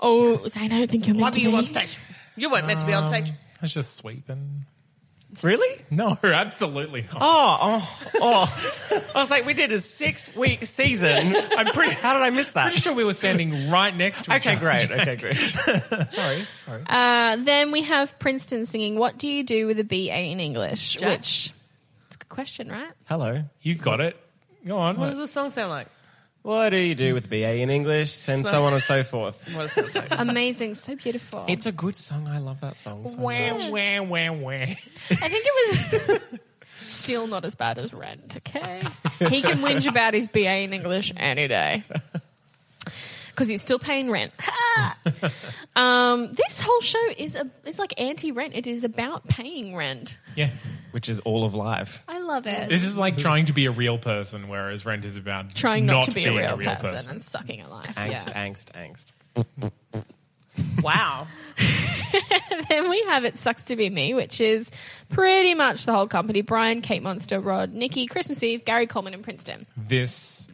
S3: Oh, Zane, I don't think you're meant
S1: Why
S3: to
S1: were you
S3: be.
S1: on stage? You weren't meant to be on stage.
S2: I was just sweeping.
S4: really?
S2: No, absolutely not.
S4: I was like, we did a six week season. I'm pretty. How did I miss that?
S2: pretty sure we were standing right next to each
S4: Okay,
S2: other.
S4: great. Okay, great.
S2: Sorry, sorry.
S3: Uh, then we have Princeton singing "What Do You Do with a BA in English?"
S1: Jack?
S3: Which it's a good question, right?
S4: Hello.
S2: You've got it. Go on.
S1: What does the song sound like?
S4: What do you do with BA in English and so on and so forth?
S1: What does it sound like?
S3: Amazing, so beautiful.
S4: It's a good song. I love that song. So
S2: Wah,
S4: much.
S2: wah, wah, wah.
S3: I think it was still not as bad as Rent, okay? He can whinge about his BA in English any day. Because he's still paying rent. Ha! um, this whole show is a is like anti rent. It is about paying rent.
S2: Yeah.
S4: Which is all of life.
S3: I love it.
S2: This is like trying to be a real person, whereas Rent is about
S3: Trying not, to be a
S2: being
S3: real, person, and sucking a life.
S4: Angst,
S3: Yeah.
S4: angst, angst.
S1: wow.
S3: Then we have It Sucks to Be Me, which is pretty much the whole company Brian, Kate Monster, Rod, Nikki, Christmas Eve, Gary Coleman, and Princeton.
S2: This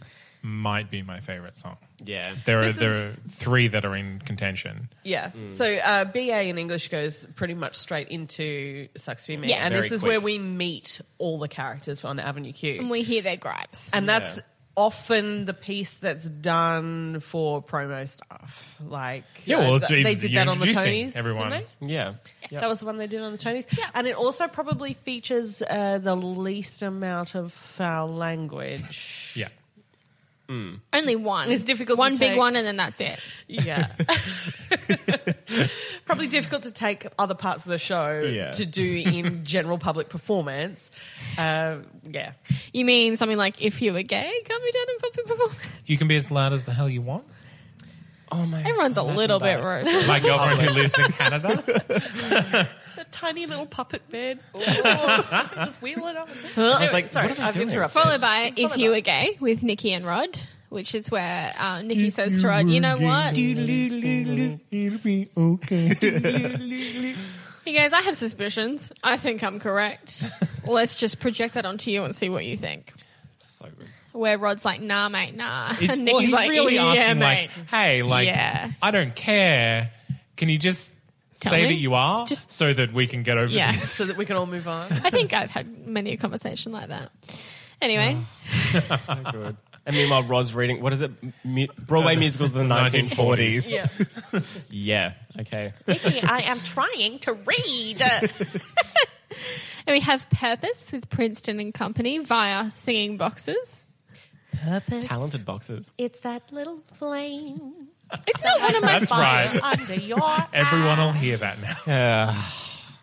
S2: might be my favorite song.
S4: Yeah.
S2: There are
S1: This
S2: there are three that are in contention.
S1: Yeah.
S3: Mm.
S1: So uh, BA in English goes pretty much straight into Sucks to Be Me.
S3: Yes.
S1: And
S4: Very
S1: this is
S4: quick.
S1: where we meet all the characters on Avenue Q.
S3: And we hear their gripes.
S1: And that's
S4: Yeah.
S1: often the piece that's done for promo stuff. Like, uh,
S2: Yeah, well, it's-
S1: they
S2: it's-
S1: did
S2: you're
S1: that on the
S2: introducing
S1: Tonys,
S2: everyone.
S1: didn't they?
S4: Yeah.
S1: That was the one they did on the Tonys, and it also probably features uh, the least amount of foul language.
S2: Yeah.
S3: Only one.
S1: It's difficult to
S3: One big
S1: take.
S3: one, and then that's it.
S1: Yeah. Probably difficult to take other parts of the show
S4: Yeah.
S1: to do in general public performance. Uh, yeah.
S3: You mean something like if you were gay, can't be done in public performance?
S2: You can be as loud as the hell you want.
S4: Oh my.
S3: Everyone's a
S4: imagine
S3: little
S4: that.
S3: bit rude.
S2: My girlfriend who lives in Canada.
S1: The tiny little puppet bed. Ooh, just wheel it on. I
S4: like,
S1: sorry,
S4: what are they
S1: I've
S4: doing?
S1: interrupted.
S3: Followed by if you were gay with Nikki and Rod, which is where uh, Nikki says to Rod, "You know what?"
S2: It'll be okay.
S3: He goes, "I have suspicions. I think I'm correct. Let's just project that onto you and see what you think."
S4: So good.
S3: Where Rod's like, "Nah, mate, nah."
S2: It's,
S3: and
S2: well,
S3: Nikki's
S2: he's
S3: like,
S2: really
S3: "Yeah,
S2: asking,
S3: mate."
S2: like, hey, like,
S3: Yeah.
S2: I don't care. Can you just
S3: Tell
S2: say
S3: me.
S2: that you are
S3: Just-
S2: so that we can get over
S3: Yeah.
S2: this?
S1: So that we can all move on.
S3: I think I've had many a conversation like that. Anyway,
S2: Ah.
S4: So good. And meanwhile, Rod's reading. What is it? Mu- Broadway musicals of the 1940s.
S1: Yeah.
S4: Uh, Yeah. Okay.
S1: I am trying to read.
S3: and we have Purpose with Princeton and Company via Singing Boxes.
S1: Purpose.
S4: Talented boxers.
S1: It's that little flame.
S3: It's not one of my
S2: That's right.
S1: under your
S2: Everyone will hear that now.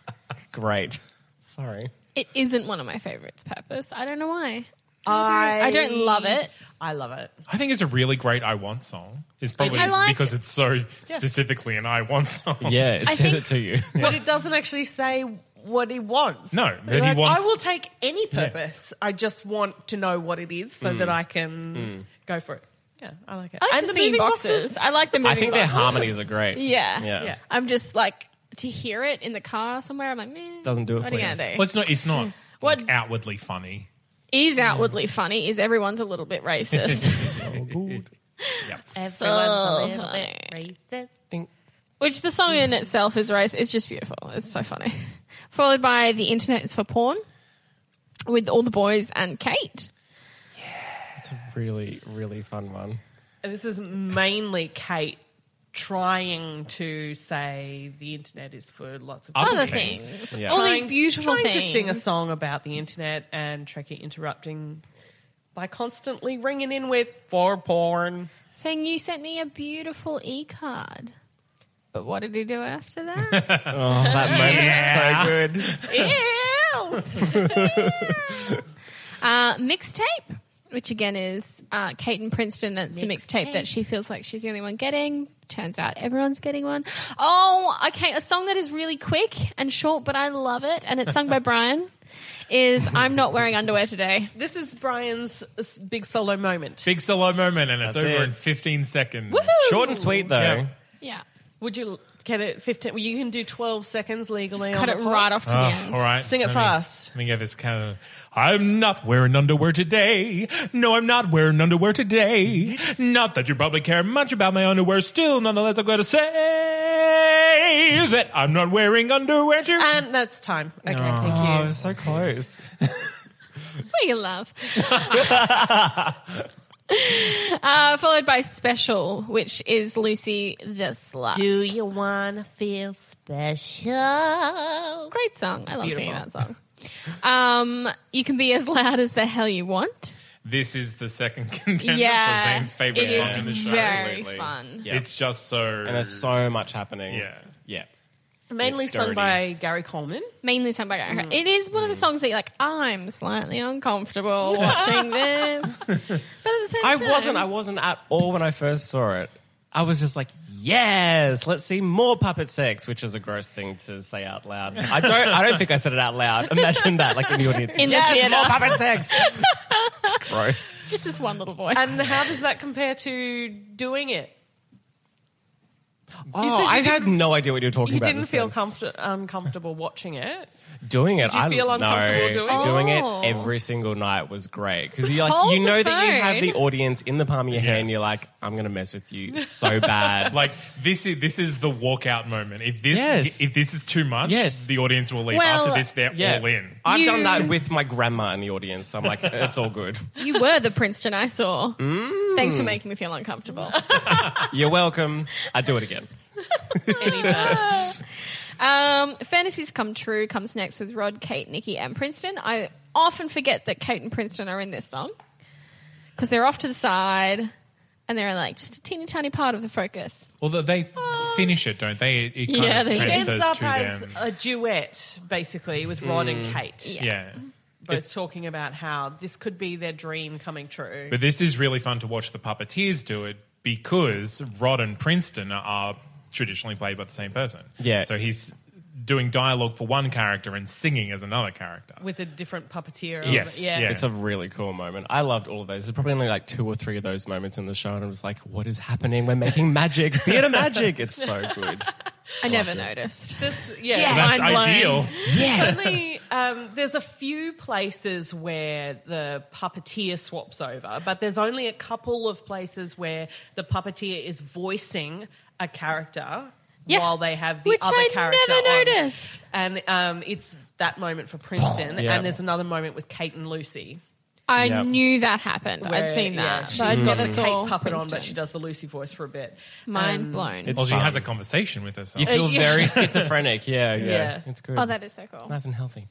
S4: Great. Sorry.
S3: It isn't one of my favorites. Purpose. I don't know why.
S1: I,
S3: I don't love it.
S1: I love it.
S2: I think it's a really great I Want song. It's probably
S3: I like-
S2: because it's so specifically an I Want song.
S4: Yeah, it
S3: I
S4: says
S3: think-
S4: it to you.
S1: But it doesn't actually say what he wants.
S2: No, that he
S1: Like,
S2: wants-
S1: I will take any purpose. I just want to know what it is so that I can go for it. Yeah, Mm. I like it.
S3: I like
S1: and
S3: the,
S1: the
S3: moving
S1: moving
S3: boxes. I like the moving
S4: I think their
S3: boxes.
S4: harmonies are great.
S3: Yeah.
S4: Yeah.
S1: Yeah.
S3: I'm just like to hear it in the car somewhere. I'm like, meh.
S4: Doesn't do it
S3: What
S4: for
S3: are you
S4: you.
S3: gonna do?
S2: Well, it's not. It's not
S3: What-
S2: like, outwardly funny.
S3: is outwardly funny is everyone's a little bit racist.
S1: Everyone's a
S3: So
S1: little bit racist.
S3: Which the song in itself is race. It's just beautiful. It's so funny. Followed by The Internet is for Porn with all the boys and Kate.
S4: It's a really, really fun one.
S1: And this is mainly Kate trying to say the internet is for lots of
S2: Other
S3: Other
S2: things.
S3: things.
S4: Yeah.
S3: All
S1: Trying-
S3: these beautiful
S1: trying
S3: things.
S1: to sing a song about the internet and Trekkie interrupting by constantly ringing in with for porn.
S3: Saying, You sent me a beautiful e card. But what did he do after that?
S4: That moment's so good.
S1: Ew!
S3: uh, mixtape, which again is uh, Kate and Princeton. It's the mixtape that she feels like she's the only one getting. Turns out everyone's getting one. Oh, okay. A song that is really quick and short, but I love it. And it's sung by Brian. Is I'm not wearing underwear today.
S1: This is Brian's s- big solo moment.
S2: Big solo moment, and it's
S4: That's
S2: over
S4: it.
S2: in 15 seconds.
S4: Short and sweet though.
S2: Yeah.
S3: Yeah.
S1: Would you get it? Fifteen. Well, you can do twelve seconds legally.
S3: Just cut
S1: on
S3: it
S1: the clock.
S3: right off to the
S2: Oh,
S3: end.
S2: all right.
S1: Sing it
S2: Let me-
S1: fast.
S2: Let me get this kind of. I'm not wearing underwear today. No, I'm not wearing underwear today. Not that you probably care much about my underwear. Still, nonetheless, I'm going to say that I'm not wearing underwear today.
S1: And that's time. Okay, thank
S4: Oh, it
S1: you.
S4: was so close.
S3: We love. uh, followed by Special, which is Lucy the Slut.
S1: Do "Oh, you wanna feel special?
S3: Great song. I love singing that
S1: beautiful.
S3: song. Um, you can be as loud as the hell you want.
S2: This is the second contender
S3: yeah,
S2: for Zane's favorite
S3: it is
S2: song in the show.
S3: very
S4: Absolutely.
S3: fun.
S4: Yeah.
S2: It's just so.
S4: and there's so much happening.
S2: Yeah.
S4: Yeah.
S1: Mainly
S4: It's
S1: sung
S4: dirty.
S1: by Gary Coleman.
S3: Mainly sung by Gary.
S2: Mm.
S3: It is one of the songs that you're like, I'm slightly uncomfortable watching this, but at the same
S4: I
S3: time,
S4: wasn't. I wasn't at all when I first saw it. I was just like, "Yes, let's see more puppet sex," which is a gross thing to say out loud. I don't. I don't think I said it out loud. Imagine that, like in the audience.
S3: In the
S4: yes,
S3: theater."
S4: more puppet sex. gross.
S3: just this one little voice.
S1: And how does that compare to doing it?
S4: Oh,
S1: said you
S4: I had no idea what you were talking
S1: You
S4: about.
S1: didn't
S4: this
S1: feel
S4: time.
S1: comfort- uncomfortable watching it.
S4: doing it.
S1: Did you
S4: I
S1: feel uncomfortable
S4: no,
S1: doing it?
S3: Oh.
S4: it every single night was great because you like
S3: Hold
S4: you
S3: the
S4: know that you have
S3: phone.
S4: the audience in the palm of your
S2: Yeah.
S4: hand. You're like, I'm gonna mess with you so bad.
S2: Like this is this is the walkout moment. If this
S4: Yes.
S2: if this is too much,
S4: Yes.
S2: the audience will leave.
S3: Well,
S2: After this, they're all in.
S4: I've
S3: You-
S4: done that with my grandma in the audience. I'm like, it's all good.
S3: you were the Princeton I saw.
S4: Mm.
S3: Thanks for making me feel uncomfortable.
S4: You're welcome. I'd do it again.
S3: Um, Fantasies Come True comes next with Rod, Kate, Nikki, and Princeton. I often forget that Kate and Princeton are in this song because they're off to the side and they're like just a teeny tiny part of the focus.
S2: Although they f- finish it, don't they? It, it kind
S3: Oh. Yeah,
S2: of
S3: they do.
S1: Ends
S2: transfers
S1: up
S2: to
S1: as
S2: them.
S1: a duet, basically, with Rod and Kate.
S3: uh, Yeah.
S2: Yeah.
S1: Both talking about how this could be their dream coming true.
S2: But this is really fun to watch the puppeteers do it because Rod and Princeton are traditionally played by the same person.
S4: Yeah.
S2: So he's doing dialogue for one character and singing as another character.
S1: with a different puppeteer.
S2: Yes,
S1: Yeah.
S2: yeah.
S4: It's a really cool moment. I loved all of those. There's probably only like two or three of those moments in the show, and I was like, what is happening? We're making magic, theater magic. It's so good.
S3: I never noticed.
S1: This, yeah.
S2: That's
S3: Mind blown.
S2: ideal.
S1: Suddenly, um, there's a few places where the puppeteer swaps over, but there's only a couple of places where the puppeteer is voicing a character
S3: Yeah.
S1: while they have the
S3: Which
S1: other
S3: I
S1: character.
S3: never
S1: on.
S3: noticed.
S1: And um, it's that moment for Princeton,
S4: Yeah.
S1: and there's another moment with Kate and Lucy.
S3: I
S4: Yep.
S3: knew that happened. I'd
S1: where,
S3: seen
S1: yeah,
S3: that.
S1: she's
S3: but I
S1: got
S3: never
S1: the
S3: saw
S1: Kate puppet on,
S3: Princeton.
S1: but she does the Lucy voice for a bit.
S3: Mind blown.
S4: It's
S2: Well, she
S4: fun.
S2: has a conversation with herself.
S4: You feel
S3: yeah.
S4: very schizophrenic. Yeah, yeah,
S1: Yeah.
S4: It's good.
S3: Oh, that is so cool.
S4: nice and healthy.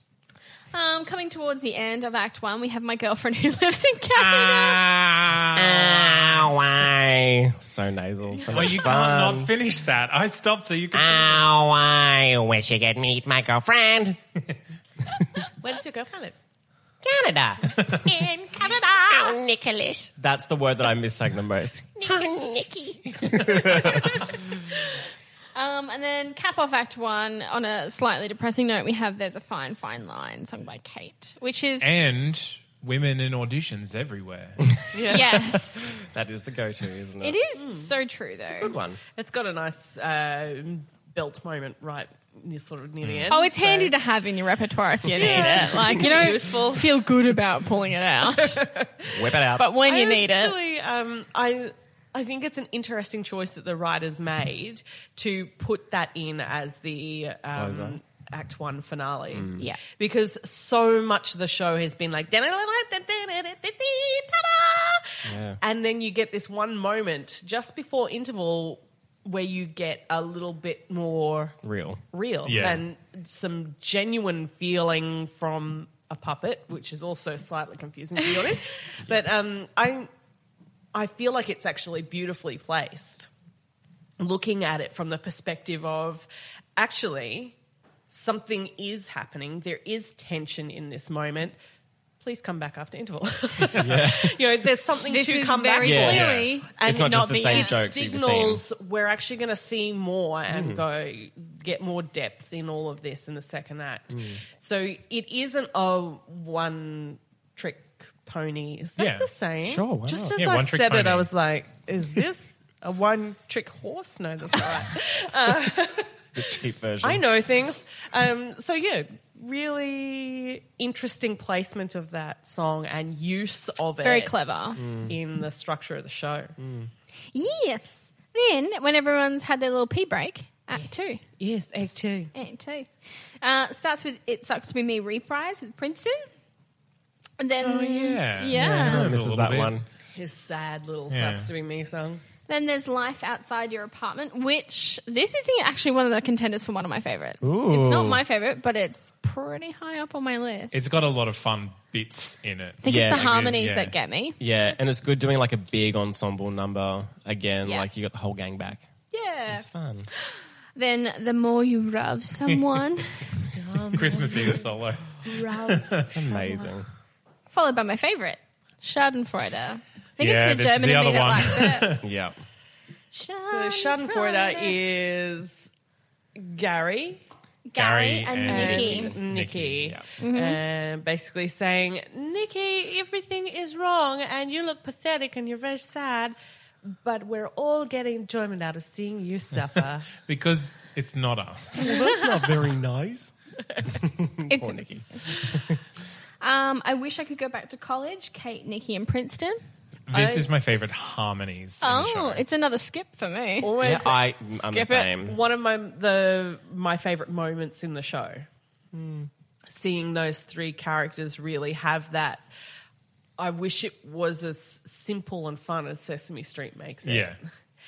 S3: Um, coming towards the end of Act One, we have my girlfriend who lives in
S1: Ah,
S3: Canada.
S4: Ow. Ow. So nasal. So
S2: Well,
S4: much
S2: you can't
S4: fun.
S2: not finish that. I stopped so you can.
S4: Ow. I wish I could meet my girlfriend.
S1: Where does your girlfriend live?
S4: Canada.
S1: In Canada.
S4: Oh, Nicholas. That's the word that I missing the most.
S3: Oh, Nikki. um, and then cap off Act One on a slightly depressing note. We have "There's a Fine, Fine Line" sung by Kate, which is
S2: Eh. And women in auditions everywhere.
S3: yes,
S4: That is the go-to, isn't it?
S3: it is so true though.
S4: Good one.
S1: It's got a nice uh, belt moment right near, sort of near the end.
S3: Oh, it's
S1: so-
S3: handy to have in your repertoire if you need it. Like you don't feel good about pulling it out,
S4: Whip it out.
S3: but when you
S1: I
S3: need it,
S1: actually, Um, I I think it's an interesting choice that the writers made to put that in as the
S4: Closer.
S1: um, Act One finale.
S3: Yeah.
S1: because so much of the show has been like, ta-da!
S4: Yeah.
S1: and then you get this one moment just before interval where you get a little bit more
S4: Real.
S1: real
S2: Yeah.
S1: and some genuine feeling from a puppet, which is also slightly confusing to be honest. But um, I, I feel like it's actually beautifully placed. Looking at it from the perspective of actually something is happening. There is tension in this moment. Please come back after interval. you know, there's something
S3: this
S1: to
S3: is
S1: come back
S3: very
S1: for
S4: Yeah.
S3: clearly.
S1: and
S4: It's not just the
S1: being-
S4: same
S1: it
S4: jokes that you've
S1: signals we're actually going to see more
S4: Hmm.
S1: and go get more depth in all of this in the second act.
S4: Hmm.
S1: So it isn't a one trick pony. Is that
S2: Yeah.
S1: the same?
S4: Sure, why
S1: Just
S4: not?
S1: as
S2: Yeah,
S1: I
S2: one-trick
S1: said it,
S2: pony.
S1: I was like, is this a one trick horse? No, that's not right.
S4: The cheap version.
S1: I know things. Um, so yeah. Really interesting placement of that song and use of
S3: Very
S1: it
S3: clever.
S1: in the structure of the show.
S4: Hmm.
S3: Yes. Then, when everyone's had their little pee break, Act Two.
S1: Yes, Act Two.
S3: Act Two. Uh, starts with It Sucks to Be Me reprise with Princeton. And then,
S2: Oh, yeah.
S3: Yeah.
S2: Yeah.
S4: This is
S2: Little
S4: that
S2: bit.
S4: one.
S1: His sad little
S2: Yeah.
S1: sucks to be me song.
S3: then there's Life Outside Your Apartment, which this is actually one of the contenders for one of my favorites.
S4: Ooh.
S3: It's not my favorite, but it's pretty high up on my list.
S2: It's got a lot of fun bits in it.
S3: I think
S4: Yeah,
S3: it's
S4: it
S3: the
S4: is,
S3: harmonies
S2: yeah.
S3: that get me.
S4: Yeah, and it's good doing like a big ensemble number again.
S3: Yeah.
S4: Like you got the whole gang back.
S1: Yeah.
S4: It's fun.
S3: Then the more you love someone,
S2: Christmas Eve solo.
S4: It's amazing.
S3: followed by my favorite, Schadenfreude. I think
S2: Yeah,
S3: it's the
S2: that's
S3: German
S2: the
S3: in me
S2: other
S3: that
S2: one.
S3: likes it.
S4: yeah.
S1: So Schadenfreude is Gary
S3: Gary and,
S2: and-
S3: Nikki.
S1: Nikki. Uh,
S4: Yeah.
S1: basically saying, Nikki, everything is wrong and you look pathetic and you're very sad, but we're all getting enjoyment out of seeing you suffer.
S2: Because it's not us.
S4: that's not very nice.
S3: It's-
S4: Poor Nikki.
S3: Um, I wish I could go back to college. Kate, Nikki, and Princeton.
S2: This
S1: I-
S2: is my favorite harmonies. in the show.
S3: Oh, it's another skip for me.
S1: Always
S4: Yeah, I, I'm
S1: skip
S4: the
S1: it.
S4: same.
S1: One of my the my favorite moments in the show, seeing those three characters really have that. I wish it was as simple and fun as Sesame Street makes it.
S2: yeah.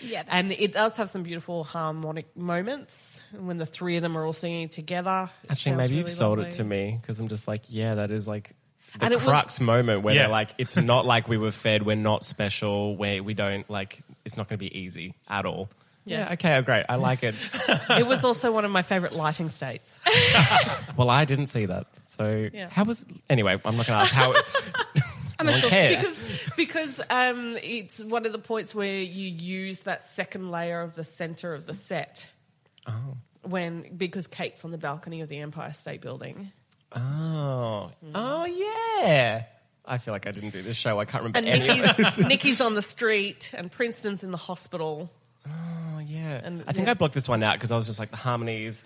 S3: Yeah, that's-
S1: And it does have some beautiful harmonic moments when the three of them are all singing together. It
S4: Actually,
S1: sounds
S4: maybe
S1: really
S4: you've sold
S1: lovely.
S4: it to me because I'm just like, yeah, that is like the
S1: And it was-
S4: crux moment where
S2: Yeah.
S4: they're like, it's not like we were fed, we're not special, where we don't like, it's not going to be easy at all. Yeah.
S1: Yeah.
S4: okay, oh, great. I like it.
S1: It was also one of my favorite lighting states.
S4: well, I didn't see that. So,
S1: Yeah.
S4: how was. Anyway, I'm not going to ask how.
S3: I'm a still
S4: cares.
S3: skip.
S1: because because um, it's one of the points where you use that second layer of the center of the set. Oh. When because Kate's on the balcony of the Empire State Building,
S4: Oh, oh yeah. I feel like I didn't do this show. I can't remember
S1: and
S4: any of
S1: Nikki's, Nikki's on the street, and Princeton's in the hospital.
S4: Oh yeah.
S1: And-
S4: I think
S1: yeah.
S4: I blocked this one out because I was just like the harmonies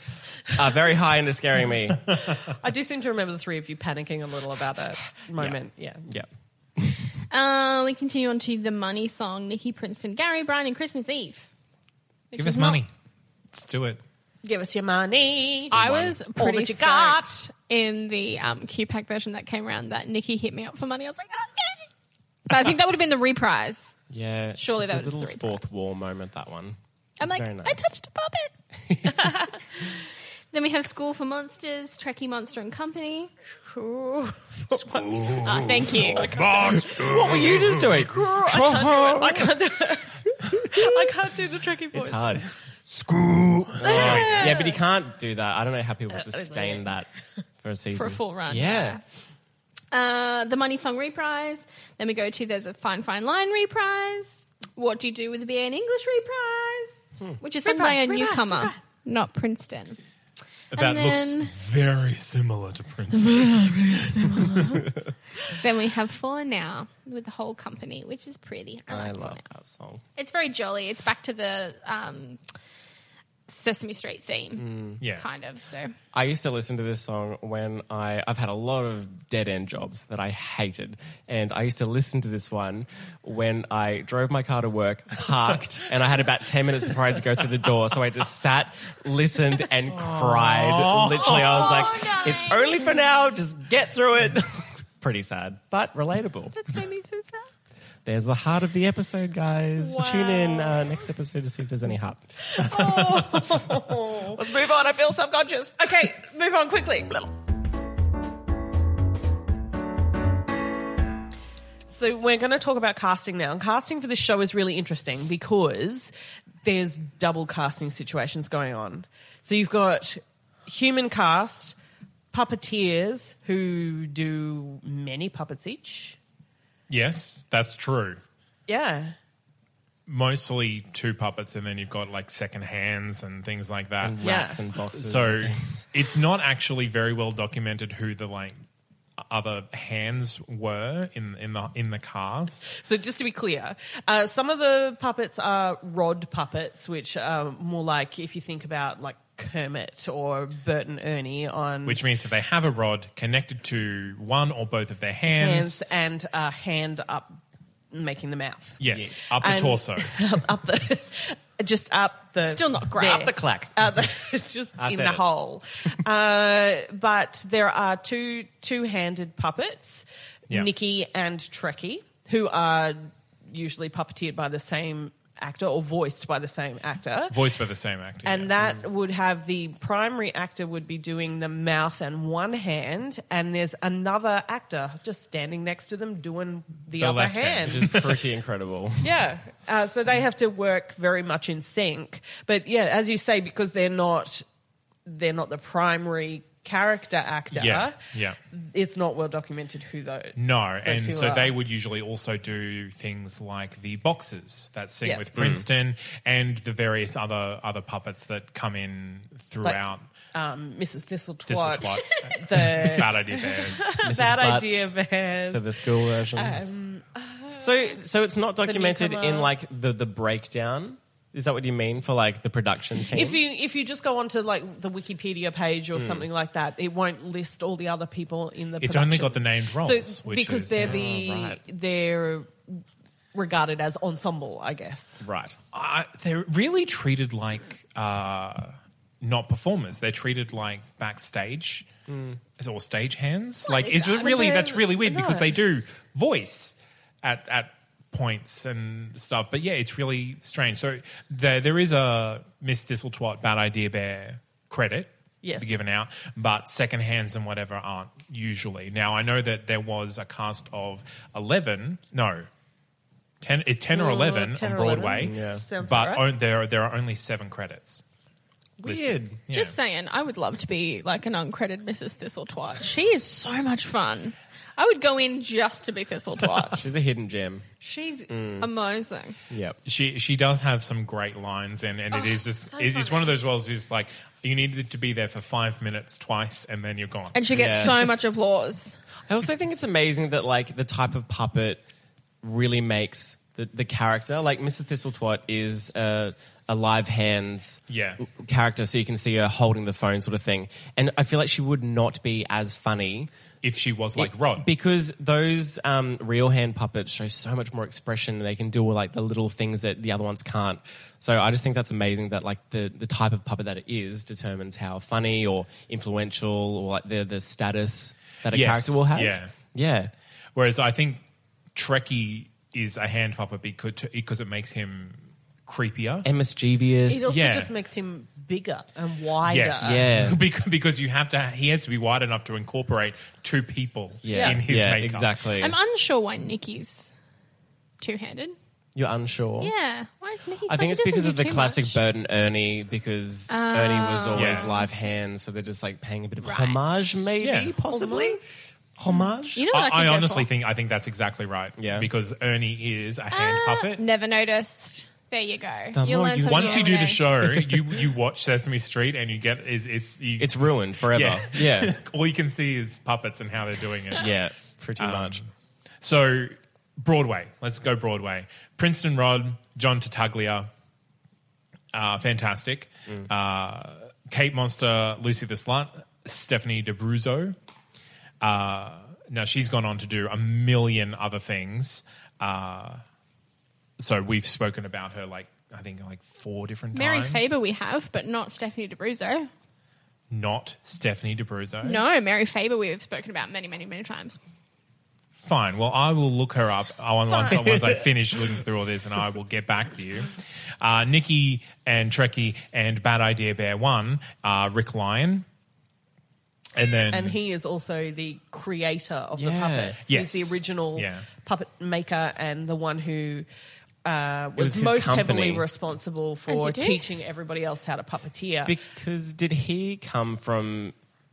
S4: are very high and they're scaring me.
S1: I do seem to remember the three of you panicking a little about that moment. Yeah,
S4: yeah.
S3: Uh, we continue on to the money song. Nikki, Princeton, Gary, Brian, and Christmas Eve. Which
S2: Give
S3: is
S2: us
S3: not-
S2: money. Let's do it.
S1: give us your money.
S3: I was
S1: All
S3: pretty
S1: that you
S3: stoked
S1: got.
S3: in the um, Q Pack version that came around that Nikki hit me up for money. I was like, okay. But I think that would have been the reprise.
S4: Yeah. it's
S3: Surely
S4: a
S3: that
S4: good
S3: was
S4: little
S3: three
S4: fourth wall moment. That one.
S3: I'm
S4: It's
S3: like,
S4: very nice.
S3: I touched a puppet. Then we have School for Monsters, Trekkie Monster and Company.
S4: what
S3: Ah, thank you.
S4: were you just doing?
S1: I can't do it. I can't do the tricky voice.
S4: It's hard. Screw. yeah, but he can't do that. I don't know how people sustain that for a season.
S3: For a full run,
S4: Yeah.
S3: Uh, the Money Song reprise. Then we go to There's a Fine Fine Line reprise. What Do You Do with a BA in English reprise, which is sung by a
S1: Reprise, reprise,
S3: newcomer,
S1: reprise.
S3: not Princeton.
S2: That
S3: then-
S2: looks very similar to Princeton.
S3: Then we have For Now with the whole company, which is pretty. I,
S4: I
S3: like For
S4: love
S3: Now.
S4: that song.
S3: It's very jolly. It's back to the um, Sesame Street theme,
S2: yeah.
S3: kind of. So
S4: I used to listen to this song when I I've had a lot of dead end jobs that I hated, and I used to listen to this one when I drove my car to work, parked, and I had about ten minutes before I had to go through the door. So I just sat, listened, and cried. Literally, I was like,
S3: no.
S4: "It's only for now. Just get through it." Pretty sad, but relatable.
S3: that's made me so sad.
S4: There's the heart of the episode, guys.
S1: Wow.
S4: Tune in uh, next episode to see if there's any heart. Let's move on. I feel subconscious.
S1: Okay, move on quickly. So we're going to talk about casting now. And casting for this show is really interesting because there's double casting situations going on. So you've got human cast, puppeteers who do many puppets each.
S2: yes, that's true.
S1: Yeah.
S2: Mostly two puppets, and then you've got like second hands and things like that.
S4: Rats
S1: Yes.
S4: and boxes.
S2: So it's not actually very well documented who the like other hands were in in the in the cast.
S1: So just to be clear, uh, some of the puppets are rod puppets, which are more like if you think about like Kermit or Bert and Ernie on
S2: Which means that they have a rod connected to one or both of their hands.
S1: hands and a hand up making the mouth.
S2: Yes, up the
S1: And-
S2: torso.
S1: up the just up the
S3: Still not great.
S1: there.
S4: Up the clack.
S1: Uh, the- just
S4: I
S1: in
S4: said
S1: the
S4: it.
S1: hole. Uh, but there are two two-handed puppets,
S2: Yeah.
S1: Nikki and Trekkie, who are usually puppeteered by the same actor or voiced by the same actor.
S2: Voiced by the same actor.
S1: And
S2: yeah.
S1: that would have the primary actor would be doing the mouth and one hand, and there's another actor just standing next to them doing the,
S2: The
S1: other
S2: left
S1: hand.
S2: hand,
S4: which is pretty incredible.
S1: Yeah. Uh, so they have to work very much in sync. But yeah, as you say, because they're not they're not the primary character actor.
S2: Yeah, yeah.
S1: It's not well documented who though.
S2: No, and
S1: people
S2: so
S1: are-
S2: they would usually also do things like the boxes that sing
S1: Yeah. Mm.
S2: with Princeton and the various other other puppets that come in throughout.
S1: Um, Mrs. Thistletwat.
S2: this is
S1: The
S2: what bad idea bears.
S4: Mrs.
S1: bad
S4: Butts
S1: idea
S4: for
S1: bears.
S4: the school version. Um, so, so it's not documented in
S1: newcomer.
S4: like the the breakdown. Is that what you mean for like the production team?
S1: If you if you just go onto like the Wikipedia page or something like that, it won't list all the other people in the.
S2: Hmm. It's only
S1: production.
S2: got the named roles,
S1: so,
S2: which
S1: because
S2: is-
S1: they're
S2: Oh,
S1: the
S4: right.
S1: they're regarded as ensemble, I guess.
S4: right.
S2: uh, they're really treated like uh, not performers. They're treated like backstage or stage hands. like it's
S3: is that?
S2: really
S1: They're
S2: that's really weird because
S1: not.
S2: they do voice at at points and stuff. But yeah, it's really strange. So there there is a Miss Thistletwat Bad Idea Bear credit.
S1: Yes.
S2: Given out, but second hands and whatever aren't usually. Now I know that there was a cast of eleven. No, ten is ten or
S1: Uh,
S2: eleven
S1: 10
S2: on
S1: or
S2: Broadway.
S1: 11. Yeah. Sounds
S2: but
S1: about
S2: on- there are, there are only seven credits. listed.
S4: Weird.
S2: Yeah.
S3: Just saying, I would love to be like an uncredited Mrs. Thistletwat. She is so much fun. I would go in just to be Thistletwat.
S4: She's a hidden gem.
S3: She's amazing.
S4: Yep.
S2: she she does have some great lines, and and it is just
S3: so
S2: it's, it's
S3: funny.
S2: one of those roles is like you needed to be there for five minutes twice, and then you're gone.
S3: And she gets
S4: Yeah.
S3: so much applause.
S4: I also think it's amazing that like the type of puppet really makes the, the character. Like Mrs. Thistletwat is a, a live hands
S2: Yeah.
S4: character, so you can see her holding the phone sort of thing. And I feel like she would not be as funny
S2: if she was like Rod,
S4: because those um, real hand puppets show so much more expression and they can do all like the little things that the other ones can't so i just think that's amazing that like the, the type of puppet that it is determines how funny or influential or like the, the status that a
S2: Yes,
S4: character will have
S2: yeah.
S4: yeah
S2: whereas I think Trekkie is a hand puppet because because it makes him creepier.
S4: and
S1: It
S4: mischievous.
S1: also
S2: Yeah.
S1: just makes him bigger and wider.
S2: Yes.
S4: Yeah.
S2: Bec- because you have to, he has to be wide enough to incorporate two people
S4: Yeah,
S2: in his
S4: yeah,
S2: makeup.
S4: exactly.
S3: I'm unsure why Nikki's two handed.
S4: You're unsure.
S3: Yeah. Why is Nikki?
S4: I think it's
S3: doesn't
S4: because
S3: do
S4: of the
S3: too
S4: classic
S3: much. Ah.
S4: Bert and Ernie because Ernie was always
S2: Yeah.
S4: live hands, so they're just like paying a bit of
S3: Right.
S4: homage, maybe,
S2: Yeah.
S4: possibly. Homage?
S3: You know what I, could
S2: I, I
S3: go
S2: honestly
S3: for?
S2: think I think that's exactly right.
S4: Yeah.
S2: because Ernie is a hand
S3: Ah,
S2: puppet.
S3: Never noticed. There you go.
S4: The
S3: You'll
S4: more
S3: learn
S4: you-
S3: something
S2: Once you do
S3: every
S2: the
S3: day.
S2: show, you you watch Sesame Street and you get is it's you,
S4: It's ruined forever.
S2: Yeah.
S4: Yeah. Yeah.
S2: all you can see is puppets and how they're doing it.
S4: pretty much.
S2: Um, So Broadway, let's go Broadway. Princeton Rod, John Tartaglia, uh, fantastic. Uh, Kate Monster, Lucy the Slut, Stephanie DeBruzzo. Uh, now she's gone on to do a million other things. Uh, so we've spoken about her like I think like four different
S3: Mary
S2: times.
S3: Faber we have, but not Stephanie DeBruzzo.
S2: not Stephanie DeBruzzo.
S3: No, Mary Faber we have spoken about many, many, many times.
S2: Fine. Well, I will look her up uh, on- once, once I finish looking through all this, and I will get back to you. Uh, Nikki and Trekkie and Bad Idea Bear One, uh, Rick Lyon, and then
S1: And he is also the creator of the
S4: Yeah.
S1: puppets.
S2: Yes.
S1: He's the original
S2: Yeah.
S1: puppet maker and the one who uh, was,
S4: was his
S1: most
S4: company.
S1: heavily responsible
S3: As you
S1: for
S3: do.
S1: teaching everybody else how to puppeteer.
S4: Because did he come from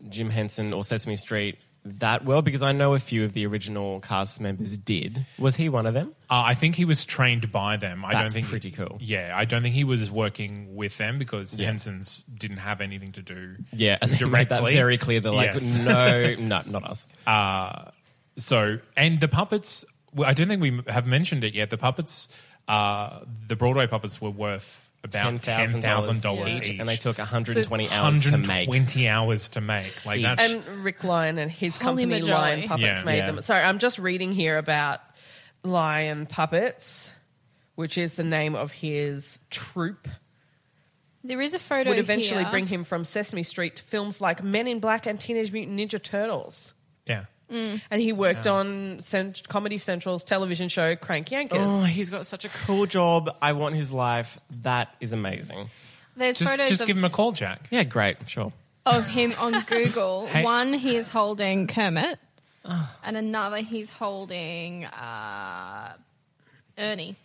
S4: Jim Henson or Sesame Street that well? Because I know a few of the original cast members did. Was he one of them?
S2: Uh, I think he was trained by them. I don't
S4: That's
S2: think
S4: pretty cool.
S2: Yeah, I don't think he was working with them because
S4: Yeah.
S2: Henson's didn't have anything to do.
S4: Yeah, and they made that
S2: directly.
S4: very clear. They're like,
S2: Yes.
S4: no, no, not us.
S2: So, and the puppets, well, I don't think we have mentioned it yet. The puppets, uh, the Broadway puppets were worth about $10,000
S4: $10,000
S2: each.
S4: and they took 120
S1: So-
S4: hours to make.
S2: 120 hours to make. Like
S4: Each.
S2: that's
S1: and Rick Lyon and his
S3: Holy
S1: company
S3: moly.
S1: Lion Puppets
S2: Yeah.
S1: made
S4: Yeah.
S1: them. Sorry, I'm just reading here about Lion Puppets, which is the name of his troupe.
S3: There is a photo
S1: Would eventually
S3: here.
S1: bring him from Sesame Street to films like Men in Black and Teenage Mutant Ninja Turtles.
S2: yeah.
S1: And he worked on Cent- Comedy Central's television show Crank Yankers.
S4: Oh, he's got such a cool job. I want his life. That is amazing.
S3: There's
S2: Just
S3: photos
S2: just
S3: of,
S2: give him a call, Jack.
S4: Yeah, great. Sure.
S3: of him on Google.
S2: Hey. Ah.
S3: One, he is holding Kermit, and another, he's holding uh, Ernie.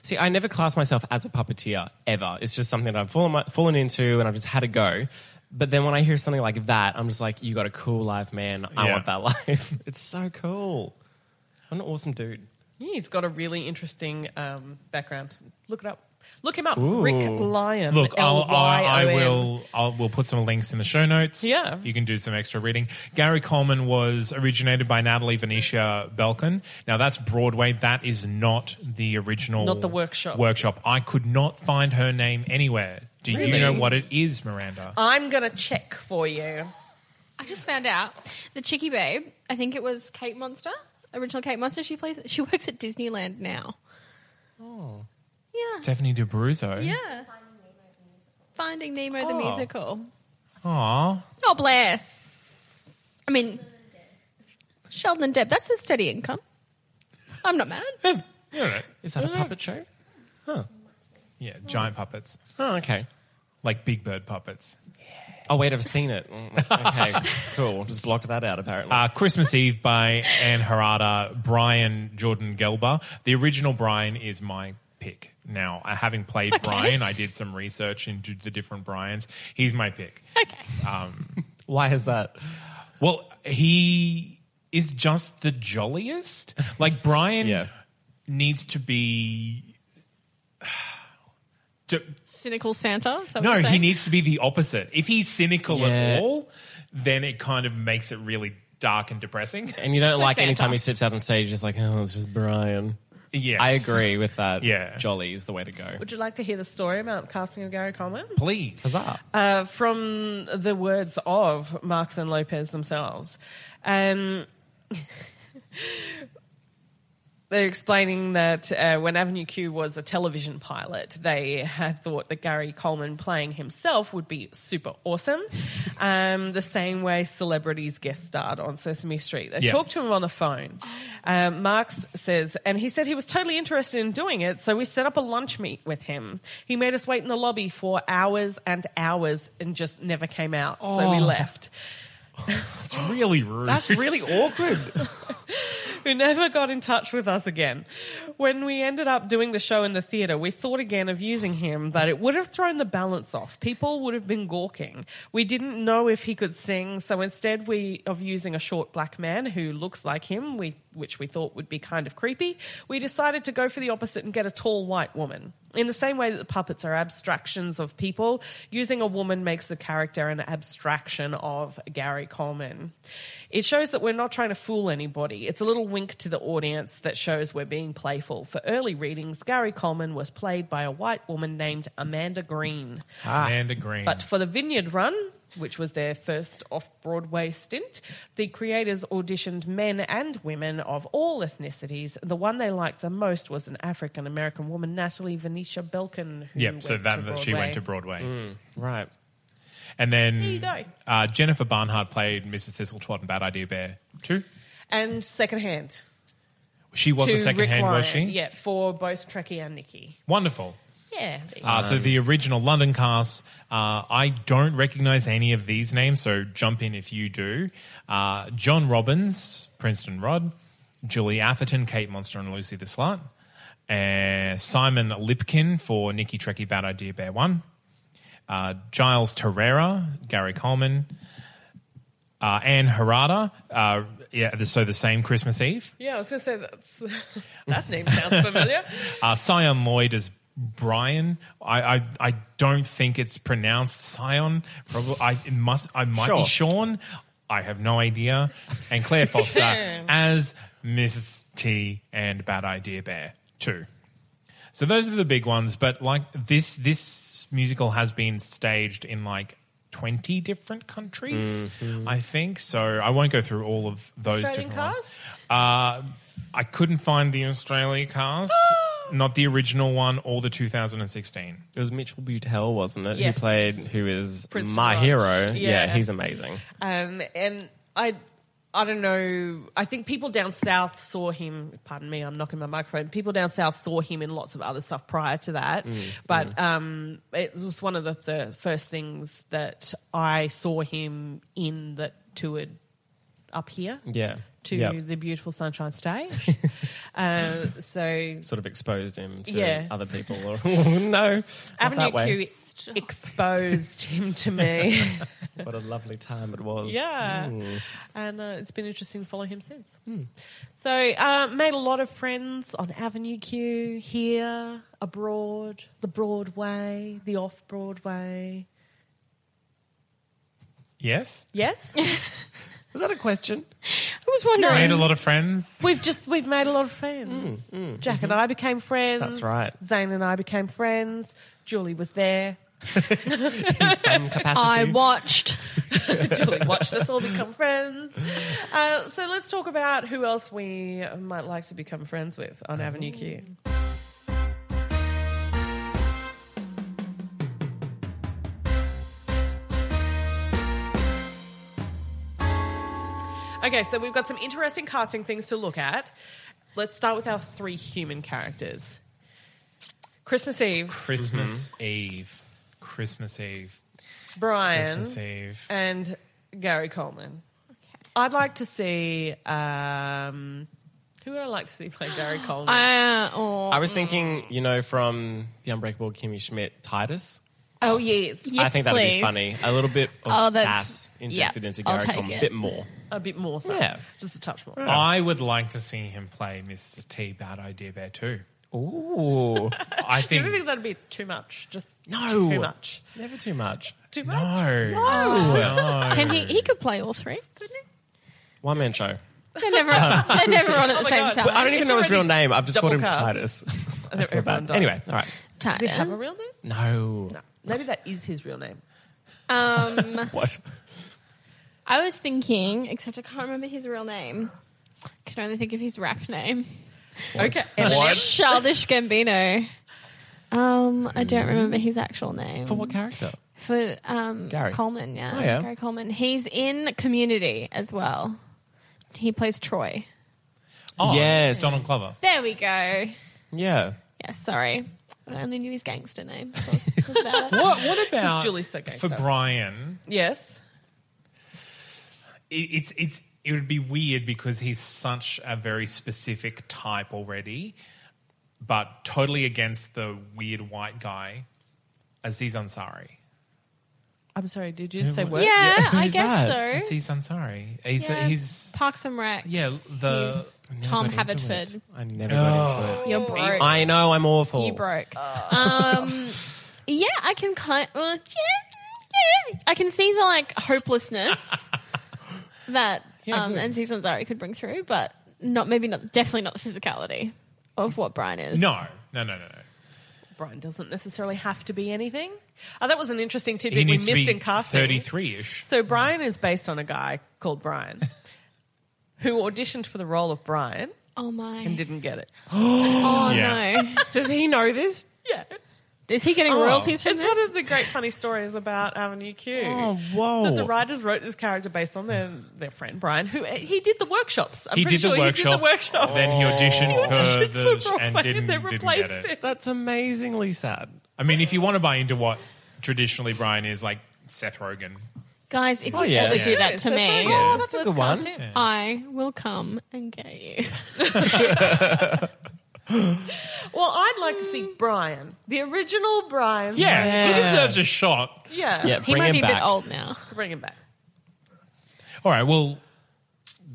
S4: See, I never class myself as a puppeteer ever. It's just something that I've fallen, fallen into and I've just had a go. But then when I hear something like that, I'm just like, you got a cool life, man. I
S2: Yeah.
S4: want that life. It's so cool. What an awesome dude.
S1: Yeah, he's got a really interesting um, background. Look it up. Look him up.
S4: Ooh.
S1: Rick Lyon.
S2: Look, I'll, I, I
S1: L Y O N.
S2: will. I'll, we'll put some links in the show notes.
S1: Yeah.
S2: you can do some extra reading. Gary Coleman was originated by Natalie Venetia Belkin. Now that's Broadway. That is not the original.
S1: Not the workshop.
S2: Workshop. I could not find her name anywhere. Do you
S1: Really? Uh,
S2: know what it is, Miranda?
S1: I'm going to check for you.
S3: I just found out the Chicky Babe. I think it was Kate Monster, original Kate Monster. She plays. She works at Disneyland now. Oh, yeah,
S2: Stephanie DeBruzzo.
S3: yeah. Finding Nemo the
S4: Oh.
S3: musical.
S2: Aw.
S3: Oh bless. I mean, Sheldon and Deb. That's a steady income. I'm not mad.
S2: All right.
S4: Is that a puppet show?
S2: Yeah, giant puppets.
S4: Oh, okay.
S2: Like Big Bird puppets.
S4: Oh, wait, I've seen it. Mm, Okay, cool. Just blocked that out, apparently.
S2: Uh, Christmas Eve by Anne Harada, Brian Jordan Gelber. The original Brian is my pick. Now, uh, having played
S3: Okay.
S2: Brian, I did some research into the different Brians. He's my pick.
S3: Okay.
S4: Why is that?
S2: Well, he is just the jolliest. Like, Brian
S4: Yeah.
S2: needs to be. to-
S3: Cynical Santa. Is that
S2: no,
S3: what you're
S2: he
S3: saying?
S2: needs to be the opposite. If he's cynical
S4: Yeah.
S2: at all, then it kind of makes it really dark and depressing.
S4: And you don't
S3: So
S4: like
S3: Santa.
S4: any time he steps out on stage, it's like, oh, it's just Brian.
S2: yeah.
S4: I agree with that.
S2: Yeah.
S4: Jolly is the way to go.
S1: Would you like to hear the story about casting of Gary Coleman?
S2: Please.
S4: Huzzah.
S1: Uh, from the words of Marx and Lopez themselves. Um, They're explaining that uh, when Avenue Q was a television pilot, they had thought that Gary Coleman playing himself would be super awesome. Um, the same way celebrities guest starred on Sesame Street. They
S2: Yeah.
S1: talked to him on the phone. Um, Marx says, and he said he was totally interested in doing it, so we set up a lunch meet with him. He made us wait in the lobby for hours and hours and just never came out, so we left.
S2: It's really rude.
S5: That's really awkward.
S1: who never got in touch with us again. When we ended up doing the show in the theatre, we thought again of using him, but it would have thrown the balance off. People would have been gawking. We didn't know if he could sing, so instead we of using a short black man who looks like him, we, which we thought would be kind of creepy, we decided to go for the opposite and get a tall white woman. In the same way that the puppets are abstractions of people, using a woman makes the character an abstraction of Gary Coleman. It shows that we're not trying to fool anybody. It's a little wink to the audience that shows we're being playful. For early readings, Gary Coleman was played by a white woman named Amanda Green.
S2: Amanda Green.
S1: But for the Vineyard Run, which was their first off Broadway stint, the creators auditioned men and women of all ethnicities. The one they liked the most was an African American woman, Natalie Venetia Belkin. Who
S2: yep. So
S1: went
S2: that,
S1: to
S2: that she went to
S1: Broadway.
S2: Broadway,
S4: Right.
S2: and then
S1: you go.
S2: Uh, Jennifer Barnhart played Mrs. Thistletwad in Bad Idea Bear Two.
S1: And secondhand.
S2: She was
S1: to
S2: a second
S1: Rick
S2: hand,
S1: Ryan,
S2: was she?
S1: Yeah, for both Trekkie and Nikki.
S2: Wonderful.
S1: Yeah. there you
S2: Uh, so the original London cast, uh, I don't recognize any of these names, so jump in if you do. Uh, John Robbins, Princeton Rod, Julie Atherton, Kate Monster, and Lucy the Slut, uh, Simon Lipkin for Nikki Trekkie Bad Idea Bear 1, uh, Giles Terrera, Gary Coleman, uh, Anne Harada, uh, yeah, so the same Christmas Eve.
S1: go. Yeah, I was going to say that's, that name sounds familiar.
S2: Uh, Sion Lloyd is Brian. I, I I don't think it's pronounced Sion. Probably I it must. I might be
S4: Sure.
S2: Sean. I have no idea. And Claire Foster as Mrs. T and Bad Idea Bear too. So those are the big ones. But like this, this musical has been staged in like. 20 different countries, I think. So I won't go through all of those
S1: Mm-hmm. Australian
S2: different ones.
S1: cast?
S2: Uh, I couldn't find the Australia cast, not the original one or the 2016.
S4: It was Mitchell Butel, wasn't it?
S1: Yes.
S4: Who played, who is
S1: Prince
S4: my
S1: Raj.
S4: hero.
S1: Yeah.
S4: Yeah. he's amazing.
S1: Um, and I, I don't know. I think people down south saw him. Pardon me, I'm knocking my microphone. People down south saw him in lots of other stuff prior to that,
S4: Mm,
S1: but um, it was one of the, the first things that I saw him in that toured up here
S4: Yeah.
S1: to
S4: Yep.
S1: the beautiful Sunshine Stage. uh, so
S4: Sort of exposed him to
S1: Yeah.
S4: other people. Or, no.
S1: Avenue
S4: not that way.
S1: Q exposed him to me.
S4: What a lovely time it was.
S1: Yeah.
S4: Hmm.
S1: And uh, it's been interesting to follow him since. So, uh, made a lot of friends on Avenue Q, here, abroad, the Broadway, the off Broadway.
S2: Yes?
S1: Yes?
S4: Was that a question?
S3: I was
S2: I
S3: wondering.
S2: Made a lot of friends.
S1: we've just, we've made a lot of friends. Jack and I became friends.
S4: Hmm, That's right.
S1: Zane and I became friends. Julie was there.
S4: In some capacity.
S3: I watched.
S1: Julie watched us all become friends. Uh, so let's talk about who else we might like to become friends with on Avenue Q. Okay, so we've got some interesting casting things to look at. Let's start with our three human characters. Christmas Eve,
S2: Christmas Eve. Christmas Eve.
S1: Brian.
S2: Christmas Eve.
S1: and Gary Coleman. I'd like to see um, who would I like to see play Gary Coleman?
S3: Uh, oh,
S4: I was thinking, you know, from The Unbreakable Kimmy Schmidt, Titus.
S1: oh yes,
S3: yes,
S4: I think that would
S3: please.
S4: be funny. A little bit of
S3: Oh, that's-
S4: sass
S3: yeah,
S4: injected into
S3: I'll
S4: Gary
S3: take
S4: Coleman.
S3: it.
S4: A bit more.
S1: a bit more, so.
S4: Yeah.
S1: just a touch more.
S2: I would like to see him play Mrs. T Bad Idea Bear too.
S4: Ooh.
S2: I
S1: Do
S2: think.
S1: you think that'd be too much? Just
S4: No.
S1: too much.
S4: Never too much.
S1: Too much.
S2: no. No.
S3: Can he? He could play all three, couldn't he?
S4: One man show.
S3: They're never. they're never on at
S4: Oh
S3: the
S1: my
S3: same
S1: God.
S3: time.
S1: Well,
S4: I don't even
S1: It's
S4: know his real
S1: already
S4: name. I've just called him
S1: double cast.
S4: Titus.
S1: I think
S4: Feel
S1: everyone
S4: bad.
S1: does.
S4: Anyway, all right.
S1: does he have a real name?
S4: No.
S1: No, maybe that is his real name.
S3: Um,
S4: What?
S3: I was thinking, except I can't remember his real name. Can only think of his rap name.
S1: Okay.
S3: Childish Gambino. Um, I don't remember his actual name.
S4: Mm-hmm. For what character?
S3: For um,
S4: Gary.
S3: Coleman, yeah.
S4: Oh, yeah.
S3: Gary Coleman. He's in Community as well. He plays Troy.
S2: Oh,
S4: Yes.
S2: Donald Glover.
S3: There we go.
S4: Yeah.
S3: Yeah, sorry. I only knew his gangster name. So I was- was about it.
S2: What, what about
S1: Julie's so gay,
S2: for
S1: so-
S2: Brian?
S1: Yes.
S2: It, it's it's it would be weird because he's such a very specific type already, but totally against the weird white guy, Aziz Ansari.
S1: I'm sorry, did you say
S3: Yeah,
S1: words?
S3: I
S4: Who's
S3: guess
S4: that?
S3: so.
S2: Aziz Ansari. He's
S3: Yeah.
S2: he's
S3: Parks and Rec.
S2: yeah the
S3: He's Tom
S4: got into
S3: Haverford.
S4: I never got into it.
S3: You're broke.
S4: I know I'm awful.
S3: You broke. Um, yeah, I can kind. Well, yeah, yeah. I can see the like hopelessness that um, and season Zari could bring through, but not maybe not definitely not the physicality of what Brian is.
S2: no no no no no.
S1: Brian doesn't necessarily have to be anything. Oh, that was an interesting
S2: He
S1: tidbit we
S2: needs to
S1: missed
S2: be
S1: in casting.
S2: thirty three ish.
S1: So Brian is based on a guy called Brian who auditioned for the role of Brian
S3: Oh my.
S1: and didn't get it.
S3: oh
S2: Yeah.
S3: no.
S4: Does he know this?
S1: Yeah.
S3: Is he
S4: Oh.
S3: getting royalties from
S1: It's one
S3: this?
S1: of the great funny stories about Avenue Q.
S4: whoa.
S1: That the writers wrote this character based on their, their friend Brian, who eh, he did the workshops. I'm
S2: He
S1: pretty
S2: did,
S1: sure
S2: the workshops,
S1: he did the workshops.
S2: Then he auditioned
S1: He auditioned
S2: for the
S1: for
S2: and
S1: Broadway
S2: didn't,
S1: they
S2: didn't
S1: replaced
S2: get it.
S1: it.
S4: That's amazingly sad.
S2: I mean, if you want to buy into what traditionally Brian is, like Seth Rogen,
S3: Guys, if you
S4: Oh, yeah.
S3: ever do
S2: Yeah,
S3: that to
S1: So it's like,
S3: me,
S1: oh,
S4: that's a
S1: let's
S4: good one.
S1: cast him.
S3: I will come and get you.
S1: Well, I'd like to see Brian, the original Brian.
S2: yeah, he
S4: Yeah.
S2: deserves a shot.
S1: Yeah.
S4: Yeah,
S3: He
S4: bring
S3: might
S4: him
S3: be a
S4: back.
S3: bit old now.
S1: Bring him back.
S2: All right, well,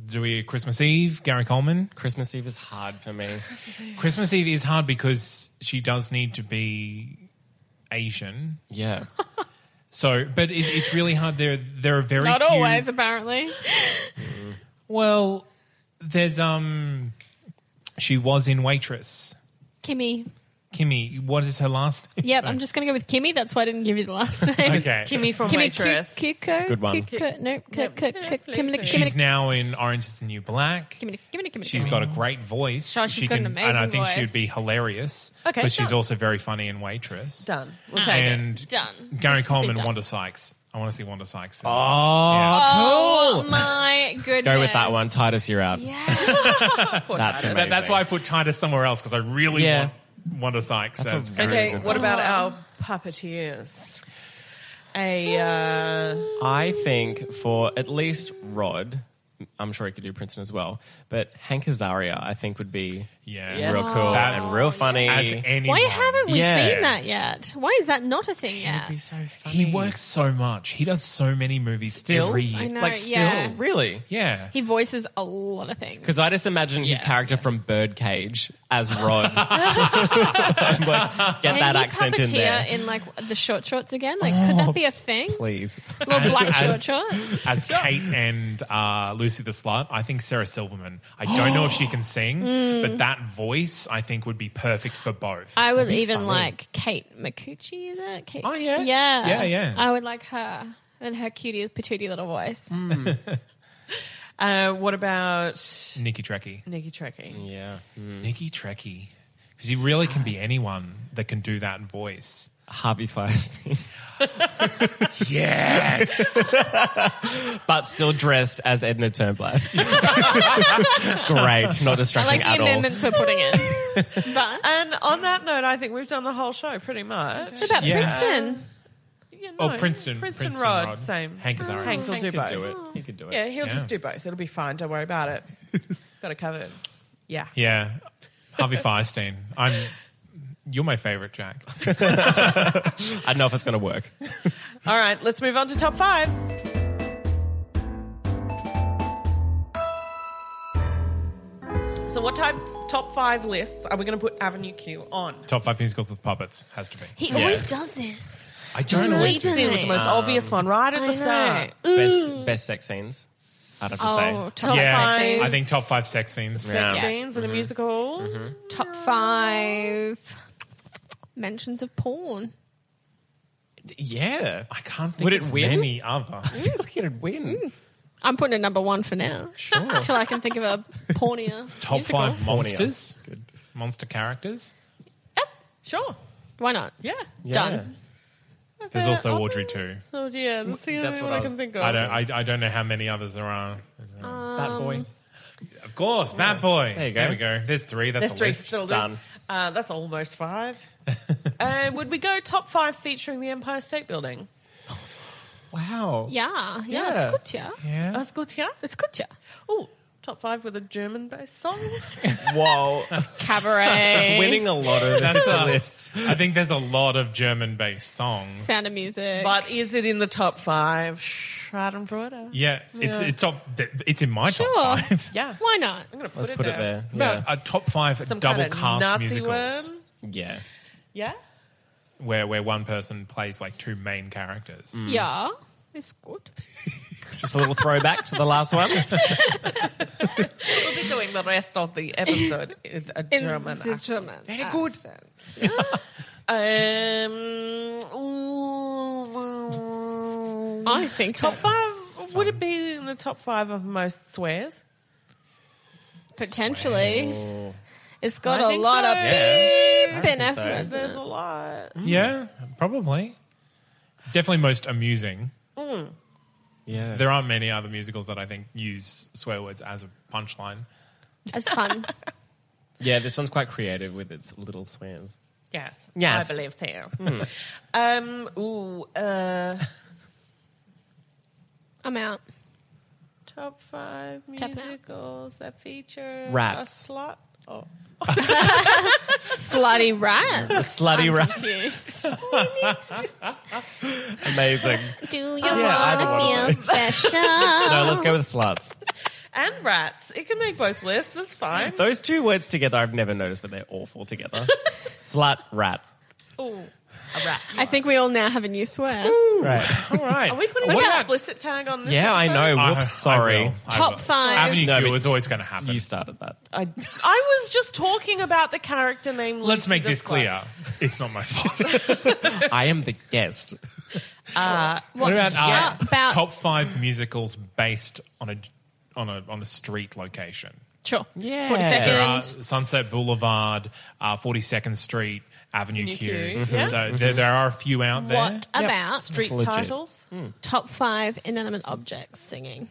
S2: do we Christmas Eve? Gary Coleman.
S4: Christmas Eve is hard for me.
S2: Christmas Eve is hard because she does need to be Asian.
S4: Yeah.
S2: So, but it, it's really hard. There, there are very
S3: Not
S2: few-
S3: always, apparently.
S2: Well, there's um, she was in Waitress.
S3: Kimmy.
S2: Kimmy, what is her last name?
S3: Yep, I'm just going to go with Kimmy. That's why I didn't give you the last name.
S2: Okay.
S1: Kimmy from
S3: Kimmy
S1: Waitress.
S3: Ki- Kiko.
S4: Good one.
S3: Kiko, nope. Kiko, Kiko, Kiko, Kimmy, Kimmy,
S2: She's now in Orange is the New Black.
S3: Kimmy, Kimmy, Kimmy.
S2: She's got a great voice.
S3: Sure, she's got an
S2: and I
S3: amazing
S2: think
S3: voice.
S2: she'd be hilarious.
S3: Okay,
S2: but she's
S3: done.
S2: also very funny in Waitress.
S1: Done. We'll take it.
S2: And
S3: Done.
S2: Gary
S3: Let's see
S2: Coleman,
S3: done.
S2: Wanda Sykes. I want to see Wanda Sykes. in-
S4: Oh,
S3: Oh my goodness.
S4: go with that one. Titus, you're out.
S3: Yeah.
S4: That's amazing.
S2: That- that's why I put Titus somewhere else because I really
S4: Yeah.
S2: want Wanda Sykes.
S4: That's a
S2: as-
S4: very
S1: Okay,
S4: good
S1: what
S4: one.
S1: about our puppeteers? A uh,
S4: I think for at least Rod, I'm sure he could do Princeton as well, but Hank Azaria, I think would be
S2: yeah,
S1: Yes.
S4: real cool
S2: That-
S4: and real funny.
S2: as anyone.
S3: Why haven't we
S4: Yeah.
S3: seen that yet? Why is that not a thing yet?
S4: He'd be so funny.
S2: he works so much? He does so many movies
S4: still,
S2: every year.
S3: I know,
S4: like still,
S3: yeah.
S4: really.
S2: Yeah,
S3: He voices a lot of things.
S4: Because I just imagine his character from Birdcage as Rod. I'm like, get
S3: Can
S4: that
S3: you
S4: accent in
S3: puppeteer
S4: there, Oh,
S3: in like the short shorts again? Like, could that be a thing?
S4: please.
S3: Little black short
S2: As-
S3: shorts.
S2: as Kate and uh, Lucy the Slut, I think Sarah Silverman. I don't know if she can sing, but that voice I think would be perfect for both.
S3: Mm. I would even like Kate McCoochie, is it? Kate?
S2: Oh, yeah.
S3: Yeah.
S2: Yeah, yeah.
S3: I would like her and her cutie, patootie little voice.
S1: uh, what about
S2: Nikki Trekkie.
S1: Nikki Trekkie?
S4: Yeah,
S2: Nikki Trekkie, because he really can be anyone that can do that voice.
S4: Harvey Fierstein,
S2: Yes,
S4: but still dressed as Edna Turnblad. Great, not
S3: I
S4: distracting
S3: like the
S4: at all.
S3: amendments we're putting in. But
S1: And on that note, I think we've done the whole show pretty much.
S3: What about
S2: Yeah.
S3: Princeton?
S1: Yeah,
S2: Oh,
S1: no,
S2: Princeton.
S1: Princeton,
S2: Princeton
S1: Rod,
S2: Rod.
S1: same.
S2: Hank is alright.
S1: Hank will do both.
S4: could do it. He could do it.
S1: Yeah, he'll
S2: Yeah.
S1: just do both. It'll be fine. Don't worry about it. Got it covered. Yeah.
S2: Yeah, Harvey Fierstein. I'm. You're my favorite, Jack.
S4: I don't know if it's going to work.
S1: All right, let's move on to top fives. So, what type top five lists are we going to put Avenue Q on?
S2: Top five musicals with puppets has to be.
S3: He always does this.
S2: I don't always do.
S1: Leads in
S3: Amazing.
S1: with the most obvious one right at
S3: I
S1: the start.
S3: know.
S4: Best, best sex scenes. I'd have to
S3: Oh,
S4: say.
S3: top
S2: Yeah,
S3: five.
S1: five.
S2: I think top five sex scenes.
S1: Sex
S4: Yeah.
S1: scenes in a musical.
S3: Top five mentions of porn.
S4: Yeah.
S2: I can't think
S4: Would it
S2: of
S4: win?
S2: any other.
S3: Mm.
S4: I feel like it'd win.
S3: I'm putting it number one for now. Sure. Until I can think of a pornier.
S2: Top
S3: musical.
S2: five monsters, monster characters.
S3: Yep.
S1: Sure.
S3: Why not?
S1: Yeah.
S3: Done.
S2: There's
S1: Uh,
S2: also
S1: I'll-
S2: Audrey too.
S1: So yeah, that's the
S4: That's
S1: only
S4: what
S1: one I,
S4: I
S1: can
S4: was-
S1: think of.
S2: I don't. I, I don't know how many others there are.
S4: Bad
S3: Um,
S4: boy.
S2: Of course, Bad Boy.
S4: There you go.
S2: There we go. There's three. That's
S1: That's
S2: a
S1: three
S2: list.
S1: still do.
S4: Done.
S1: Uh, that's almost five. uh, would we go top five featuring the Empire State Building?
S4: Wow.
S3: Yeah. Yeah.
S4: Yeah.
S3: It's good, yeah.
S2: Yeah.
S1: That's good, yeah.
S3: It's good, yeah.
S1: Oh, top five with a German-based song.
S4: Whoa.
S3: Cabaret.
S4: It's winning a lot of
S2: That's
S4: the
S2: a-
S4: list.
S2: I think there's a lot of German-based songs.
S3: Sound of music.
S1: but is it in the top five? Schadenfreude.
S2: yeah, it's
S1: Yeah.
S2: it's top. It's in my
S3: sure.
S2: top five.
S1: Yeah.
S3: Why not?
S1: I'm gonna put,
S4: Let's
S1: it,
S4: put
S1: there.
S4: it there.
S2: About a top five
S1: Some
S2: double
S1: kind of
S2: cast
S1: Nazi
S2: musicals
S1: worm.
S4: Yeah.
S1: Yeah.
S2: where where one person plays like two main characters.
S3: Yeah. It's good.
S4: Just a little throwback to the last one.
S1: We'll be doing the rest of the episode in a
S3: In
S1: German.
S3: the German.
S1: Very good. um,
S3: I think
S1: top
S3: that's
S1: five would it be in the top five of most swears?
S3: Potentially. It's got
S1: I
S3: a
S1: think
S3: lot
S1: so.
S3: of
S4: Yeah.
S3: beep and
S4: I think so.
S3: effort.
S1: There's a lot.
S2: Mm. Yeah, probably. Definitely most amusing.
S4: Yeah.
S2: There aren't many other musicals that I think use swear words as a punchline.
S3: It's fun.
S4: Yeah, this one's quite creative with its little swears.
S1: Yes,
S4: Yes.
S1: I believe so. Um, ooh, uh,
S3: I'm out.
S1: top five
S3: Tap it out.
S1: musicals that feature a
S4: Rats.
S1: slut. Oh,
S3: Slutty rat.
S4: Slutty
S3: I'm
S4: rat.
S3: confused.
S4: Amazing.
S3: Do you
S4: either one
S3: want to feel special?
S4: No, let's go with sluts.
S1: and rats. It can make both lists. It's fine.
S4: Those two words together, I've never noticed, but they're awful together. Slut, rat.
S1: Ooh, a rat.
S3: I think we all now have a new swear.
S4: Right.
S2: All right.
S1: Are we putting an
S2: What about-
S1: explicit tag on this?
S4: Yeah, I
S1: episode?
S4: know. Whoops, sorry.
S2: will. I
S3: Top
S2: will.
S3: five.
S2: Avenue
S4: No,
S2: Q
S4: but-
S2: is always going to happen.
S4: You started that.
S1: I, I was just talking about the character name.
S2: Let's
S1: Lucy
S2: make
S1: the
S2: this
S1: Slut.
S2: clear. It's not my fault.
S4: I am the guest.
S3: What
S2: about, uh,
S3: yeah, about
S2: Top five musicals based on a on a on a street location.
S3: sure.
S4: Yeah.
S3: Forty
S2: There are
S3: seconds.
S2: uh, Sunset Boulevard, Forty Second Street, Avenue Q. Mm-hmm.
S1: Q, yeah.
S2: So there, there are a few out there.
S3: What about
S1: Street
S4: legit.
S1: titles.
S3: top five inanimate objects singing?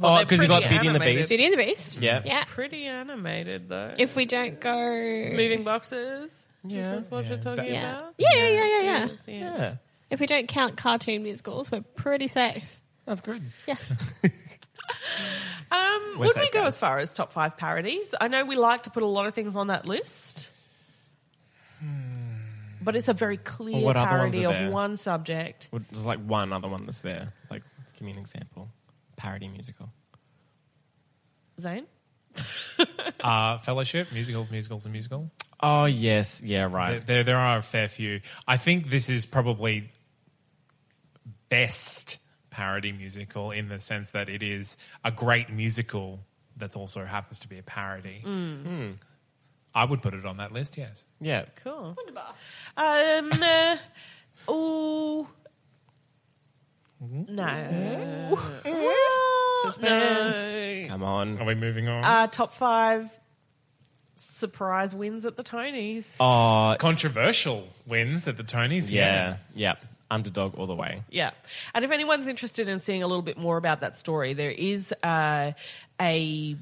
S4: Oh,
S1: they're
S4: because you got
S1: pretty
S4: Beauty and the
S1: animated.
S4: Beast.
S3: Beauty and the Beast.
S4: Yeah.
S3: Yeah.
S1: Pretty animated though.
S3: If we don't go.
S1: Moving boxes. Yeah, that's what
S2: Yeah.
S1: you're talking
S3: Yeah.
S1: about.
S3: Yeah, yeah, yeah, yeah, yeah.
S1: Yeah.
S4: Yeah.
S3: If we don't count cartoon musicals, we're pretty safe.
S4: That's good.
S1: Um,
S4: We're
S1: would
S4: safe,
S1: we go
S4: guys.
S1: as far as top five parodies? I know we like to put a lot of things on that list, but it's a very clear
S4: Well, Hmm. what other ones
S1: parody
S4: are
S1: of
S4: there?
S1: one subject.
S4: Well, There's like one other one that's there. Like, give me an example. Parody musical.
S1: Zane,
S2: Uh, Fellowship, musical, of musicals, and musical.
S4: Oh, yes. Yeah,
S2: There,
S4: right.
S2: there, there are a fair few. I think this is probably best parody musical in the sense that it is a great musical that also happens to be a parody.
S1: Mm.
S2: Hmm. I would put it on that list. Yes,
S4: Yeah.
S1: cool. Um, uh, ooh, no. Suspense.
S4: Come on.
S2: are we moving on?
S1: Uh, top five surprise wins at the Tonys.
S4: Oh,
S2: Controversial wins at the Tonys.
S4: yeah. Yeah. Underdog all the way.
S1: Yeah. And if anyone's interested in seeing a little bit more about that story, there is uh, a.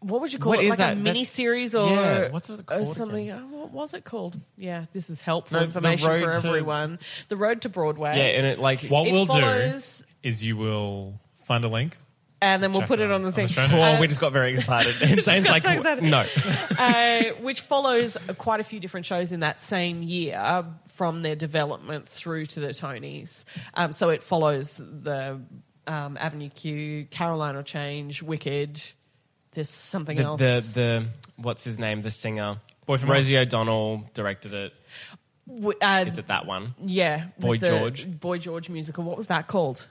S1: What would you call
S4: What
S1: it?
S4: is
S1: like a
S4: that? That-
S1: mini series or,
S4: Yeah, what's it
S1: or
S4: called
S1: something?
S4: again?
S1: Oh, what was it called? Yeah, this is helpful
S4: The- the
S1: information for
S4: road to-
S1: everyone. The Road to Broadway.
S4: Yeah, and it like
S2: What
S1: It
S2: we'll
S1: follows-
S2: do is you will find a link.
S1: and then we'll
S2: Check
S1: put it on the thing.
S2: show notes.
S4: Well, we just got very excited. And Zane's like,
S1: so excited.
S4: no.
S1: uh, which follows quite a few different shows in that same year from their development through to the Tonys. Um, so it follows the um, Avenue Q, Carolina Change, Wicked. There's something
S4: The,
S1: else.
S4: the, the, what's his name? The singer.
S2: Boy from
S4: Rosie O'Donnell directed it.
S1: W- uh,
S4: Is it that one?
S1: yeah,
S4: Boy
S1: with the
S4: George?
S1: Boy George musical. What was that called?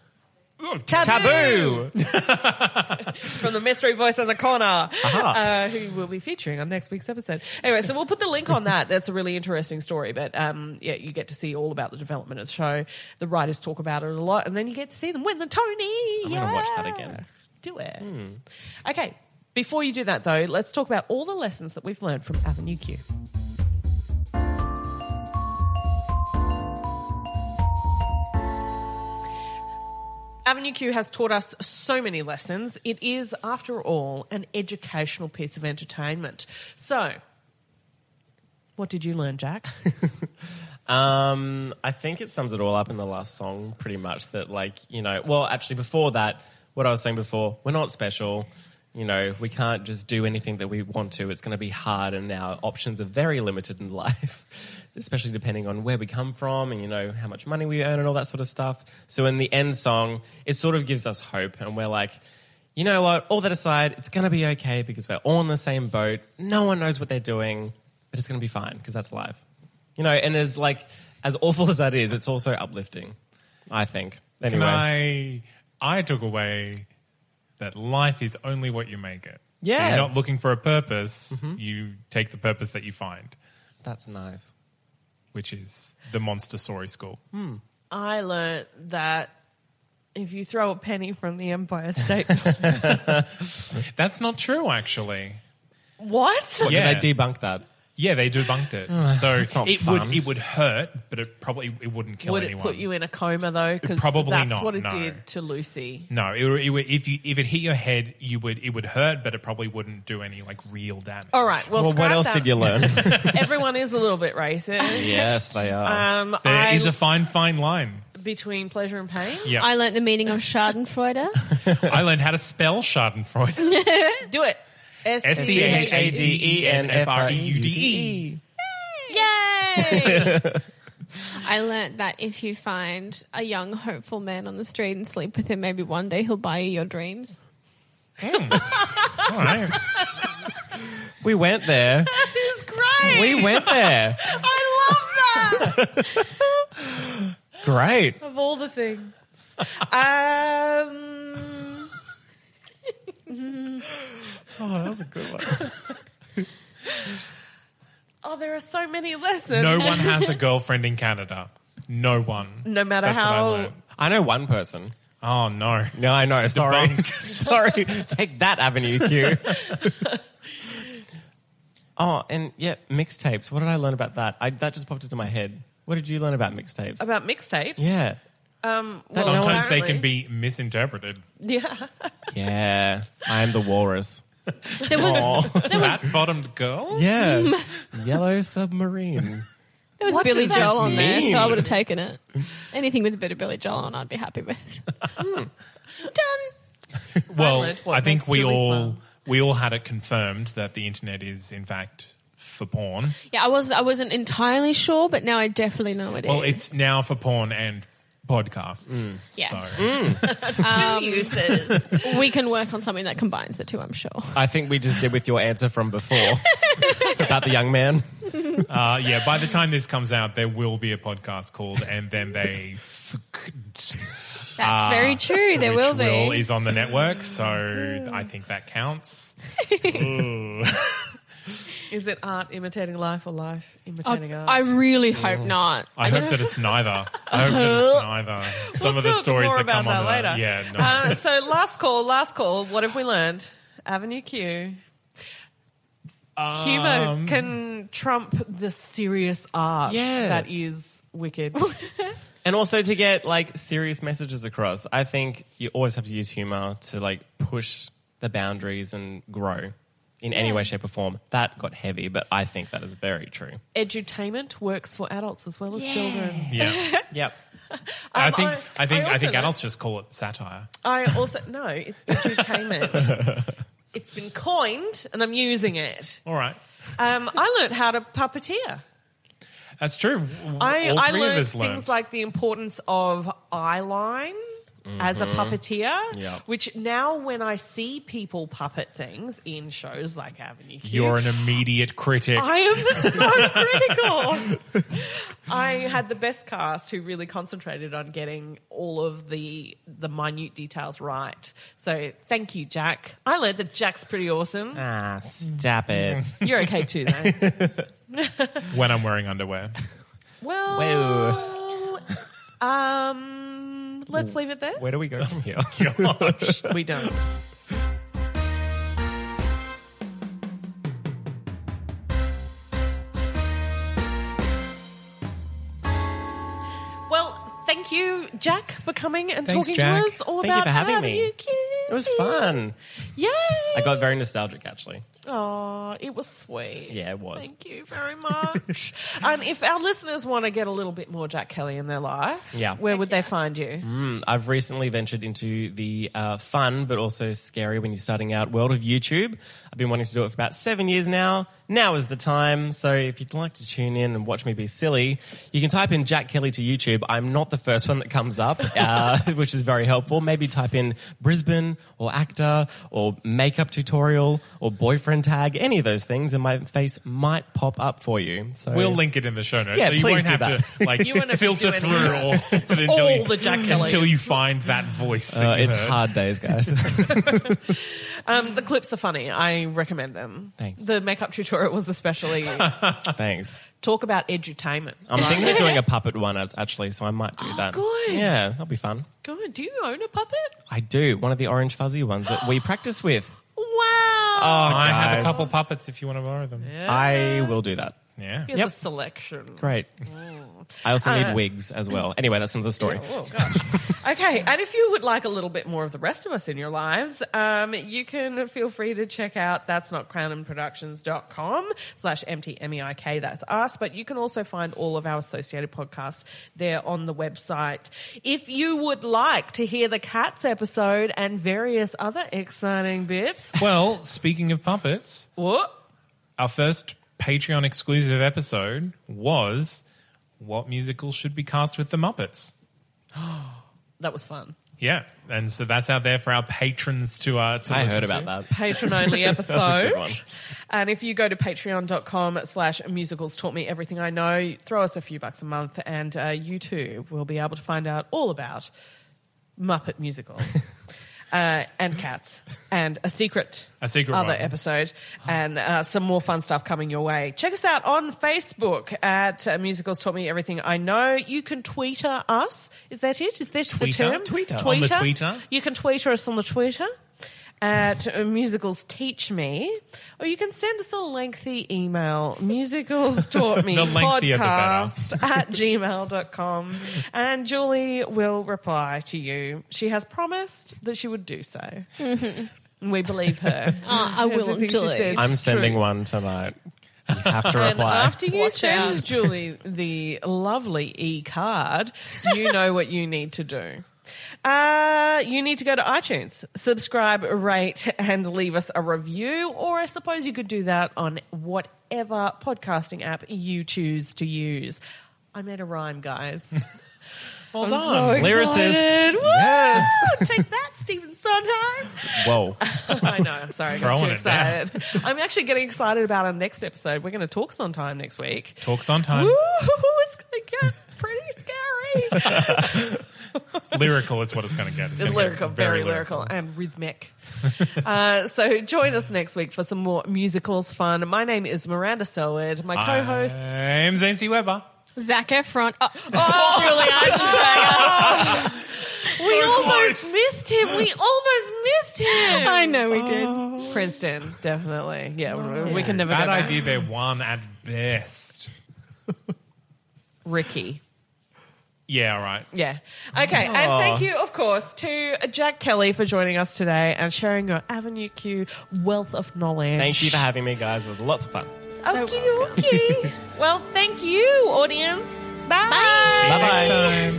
S4: Taboo.
S1: from the mystery voice in the corner, uh, who will be featuring on next week's episode. Anyway, so we'll put the link on that. That's a really interesting story, but um, yeah, you get to see all about the development of the show. The writers talk about it a lot, and then you get to see them win the Tony.
S4: I'm
S1: yeah.
S4: gonna watch that again. Hmm.
S1: Do it. Okay. Before you do that, though, let's talk about all the lessons that we've learned from Avenue Q. Avenue Q has taught us so many lessons. It is, after all, an educational piece of entertainment. So, what did you learn, Jack?
S4: Um, I think it sums it all up in the last song, pretty much. That like you know, well, actually, before that, what I was saying before, we're not special. You know, we can't just do anything that we want to. It's going to be hard, and our options are very limited in life, especially depending on where we come from and you know how much money we earn and all that sort of stuff. So in the end song, it sort of gives us hope, and we're like. You know what? All that aside, it's going to be okay because we're all in the same boat. No one knows what they're doing, but it's going to be fine because that's life. You know, and as like as awful as that is, it's also uplifting. I think.
S2: Can
S4: Anyway,
S2: I? I took away that life is only what you make it.
S4: Yeah. Mm-hmm.
S2: If you're not looking for a purpose. You take the purpose that you find,
S4: that's nice.
S2: which is the monster story school.
S4: Mm.
S1: I learned that if you throw a penny from the Empire State,
S2: That's not true, actually.
S1: what?
S4: What,
S2: Yeah.
S4: Did they debunk that?
S2: Yeah, they debunked it. so
S4: not
S2: it
S4: fun.
S2: would it would hurt, but it probably it wouldn't kill
S1: Would it
S2: anyone.
S1: put you in a coma though? Because
S2: Probably
S1: that's
S2: not,
S1: what it
S2: no.
S1: did to Lucy.
S2: no, it, would- it would, if you if it hit your head, you would it would hurt, but it probably wouldn't do any like real damage.
S1: All right. Well,
S4: Well,
S1: scrap
S4: what else
S1: that.
S4: did you learn?
S1: Everyone is a little bit racist.
S4: yes, they are.
S1: Um,
S2: There is
S1: I,
S2: a fine fine line.
S1: between pleasure and pain.
S2: Yeah,
S3: I learnt the meaning of Schadenfreude.
S2: I learned how to spell Schadenfreude.
S1: Do it.
S2: S C H A D E N F R E U D E.
S1: Yay!
S3: I learnt that if you find a young, hopeful man on the street and sleep with him, maybe one day he'll buy you your dreams.
S2: E Hmm. All right.
S4: we went there.
S1: it's great.
S4: We went there.
S1: I love that.
S4: Great.
S1: of all the things. Um.
S4: Oh, that was a good one.
S1: Oh, there are so many lessons.
S2: No one has a girlfriend in Canada. No one.
S1: No matter
S2: That's
S1: how-
S2: What I learned.
S4: I know one person.
S2: Oh no.
S4: No, I know. Sorry. sorry. Take that avenue, Q. oh, and yeah, mixtapes. What did I learn about that? I, that just popped into my head. What did you learn about mixtapes?
S1: about mixtapes.
S4: yeah.
S1: Um, well,
S2: Sometimes they can
S1: apparently-
S2: be misinterpreted.
S1: Yeah.
S4: Yeah. I am the walrus.
S3: There was
S2: Fat bottomed girl.
S4: Yeah. Yellow submarine.
S3: there was
S1: What
S3: Billy
S1: does this
S3: Joel on there,
S4: mean?
S3: so I would have taken it. Anything with a bit of Billy Joel on, I'd be happy with.
S1: Hmm.
S3: Done.
S2: Well,
S1: learned what
S2: I think
S1: makes
S2: we
S1: Julie
S2: all
S1: smile.
S2: we all had it confirmed that the internet is in fact for porn.
S3: Yeah, I was I wasn't entirely sure, but now I definitely know it
S2: Well,
S3: is.
S2: it's now for porn and podcasts.
S1: Mm.
S2: So
S1: Two uses.
S3: we can work on something that combines the two. I'm sure.
S1: Ah.
S4: I think we just did with your answer from before about the young man.
S2: uh, yeah, by the time this comes out, there will be a podcast called "And Then They."
S3: That's very true. There
S2: which
S3: will be.
S2: is on the network, so I think that counts.
S1: Is it art imitating life or life imitating
S3: I,
S1: art?
S3: I really hope not.
S2: I hope that it's neither. I hope that it's neither. Some of the
S1: talk
S2: stories
S1: more
S2: that come
S1: about
S2: on
S1: that
S2: the-
S1: later.
S2: Yeah, no.
S1: Uh, so last call, last call. What have we learned? Avenue Q.
S4: Um,
S1: Humor can trump the serious art
S4: Yeah.
S1: that is wicked.
S4: And also to get like serious messages across. I think you always have to use humor to like push the boundaries and grow in any way, shape, or form. That got heavy, but I think that is very true.
S1: Edutainment works for adults as well as children.
S2: yeah.
S4: Yep.
S2: I
S1: Um,
S2: think
S1: I-
S2: I
S1: I
S2: think I,
S1: also
S2: think
S1: know-
S2: adults just call it satire.
S1: I also no, it's edutainment. it's been coined, and I'm using it.
S2: All right,
S1: Um, I learned how to puppeteer.
S2: that's true. W-
S1: I,
S2: All
S1: I
S2: three
S1: learned
S2: of us learned.
S1: things like the importance of eye line. as a
S2: Mm-hmm.
S1: puppeteer,
S4: Yeah.
S1: which now when I see people puppet things in shows like Avenue Q,
S2: You're an immediate critic.
S1: I am so critical. I had the best cast who really concentrated on getting all of the the minute details right. So thank you, Jack. I learned that Jack's pretty awesome.
S4: Ah, stop it.
S1: You're okay too, though.
S2: when I'm wearing underwear.
S1: Well, um, let's leave it there.
S4: Where do we go from here?
S1: We don't. Well, thank you, Jack, for coming and
S2: Thanks,
S1: talking
S2: Jack.
S1: to us all
S4: Thank you
S1: about
S4: for having me.
S1: Avenue Q.
S4: It was fun.
S1: Yay!
S4: I got very nostalgic, actually.
S1: Oh, it was sweet.
S4: Yeah, it was.
S1: Thank you very much. and if our listeners want to get a little bit more Jack Kelly in their life,
S4: Yeah.
S1: where would they find you?
S4: Mm, I've recently ventured into the uh, fun, but also scary when you're starting out, world of YouTube. I've been wanting to do it for about seven years now. Now is the time. So if you'd like to tune in and watch me be silly, you can type in Jack Kelly to YouTube. I'm not the first one that comes up, uh, which is very helpful. Maybe type in Brisbane or actor or makeup tutorial or boyfriend tag, any of those things, and my face might pop up for you. So
S2: We'll link it in the show notes,
S4: Yeah,
S2: so you
S4: please
S2: won't
S4: do
S2: have to like
S1: You won't have to
S2: filter
S1: do any
S2: through all,
S1: of
S2: until
S1: All
S2: you,
S1: the Jack Kellys.
S2: until you find that voice. that
S4: Uh,
S2: you
S4: it's
S2: heard.
S4: hard days, guys.
S1: Um, the clips are funny. I recommend them.
S4: Thanks.
S1: The makeup tutorial was especially
S4: Thanks.
S1: talk about edutainment.
S4: I'm thinking of doing a puppet one act- actually, so I might do that.
S1: Oh, good.
S4: Yeah, that'll be fun.
S1: God, do you own a puppet?
S4: I do one of the orange fuzzy ones that we practice with.
S1: Wow.
S4: Uh,
S2: I have a
S4: Oh, Guys.
S2: couple puppets if you want to borrow them.
S4: I will do that.
S2: Yeah.
S1: Here's
S4: Yep.
S1: a selection. Mm.
S4: Great. I also
S1: Uh,
S4: need wigs as well. Anyway, that's another story.
S1: Oh gosh. okay, and if you would like a little bit more of the rest of us in your lives, um, you can feel free to check out that's not crownandproductions.com slash MTMEIK, E that's us. But you can also find all of our associated podcasts there on the website. If you would like to hear the cats episode and various other exciting bits,
S2: Well, speaking of puppets,
S1: what?
S2: our first Patreon exclusive episode was what musical should be cast with the Muppets.
S1: That was fun.
S2: Yeah, and so that's out there for our patrons to uh to
S4: I
S2: listen
S4: heard
S2: to.
S4: about that.
S1: patron only episode.
S4: good one.
S1: And if you go to patreon.com slash musicals taught me everything I know, throw us a few bucks a month and uh, you too will be able to find out all about Muppet musicals. Uh, and cats, and a secret,
S2: A secret
S1: other
S2: one.
S1: episode, and uh, some more fun stuff coming your way. Check us out on Facebook at uh, Musicals Taught Me Everything I Know. You can tweeter us. Is that it? Is that
S2: Tweeter?
S1: the term?
S2: Tweeter. On the tweeter?
S1: You can tweet us on the Twitter at uh, musicals teach me or you can send us a lengthy email musicals taught me
S2: The lengthier the better.
S1: podcast at gmail.com and julie will reply to you she has promised that she would do so we believe her
S3: Uh, I will
S1: Everything she
S3: enjoy.
S1: says.
S4: I'm
S1: It's
S4: sending
S1: true.
S4: one tonight. You have to
S1: and
S4: reply.
S1: after you
S3: Watch
S1: send
S3: out.
S1: Julie the lovely e card, you know what you need to do. Uh, you need to go to iTunes, subscribe, rate, and leave us a review. Or I suppose you could do that on whatever podcasting app you choose to use. I made a rhyme, guys. well
S4: done. Lyricist.
S1: Yes. Take that, Stephen Sondheim.
S4: Whoa.
S1: I know. Sorry, I got too
S2: Throwing it down.
S1: excited. I'm actually getting excited about our next episode. We're going to talk sometime next week.
S2: Talks on time,
S1: Woo! It's going to get pretty scary.
S2: lyrical is what it's going to get. It's gonna get
S1: lyrical, very, lyrical, and rhythmic. uh, so join us next week for some more musicals fun. My name is Miranda Selwood. My co-host.
S2: I'm Zane C. Weber.
S3: Zac Efron. Oh,
S1: oh, we almost
S2: close.
S1: missed him. We almost missed him. Oh.
S3: I know we did. Oh,
S1: Princeton, definitely. Yeah, we, we can never
S2: Bad
S1: go back.
S2: idea, they're one at best.
S1: Ricky.
S2: Yeah, all right.
S1: Yeah. Okay. And thank you, of course, to Jack Kelly for joining us today and sharing your Avenue Q wealth of knowledge.
S4: Thank you for having me, guys. It was lots of fun.
S3: So
S1: Okie dokie. well, thank you, audience. Bye. Bye.
S4: Bye bye.
S2: Uh,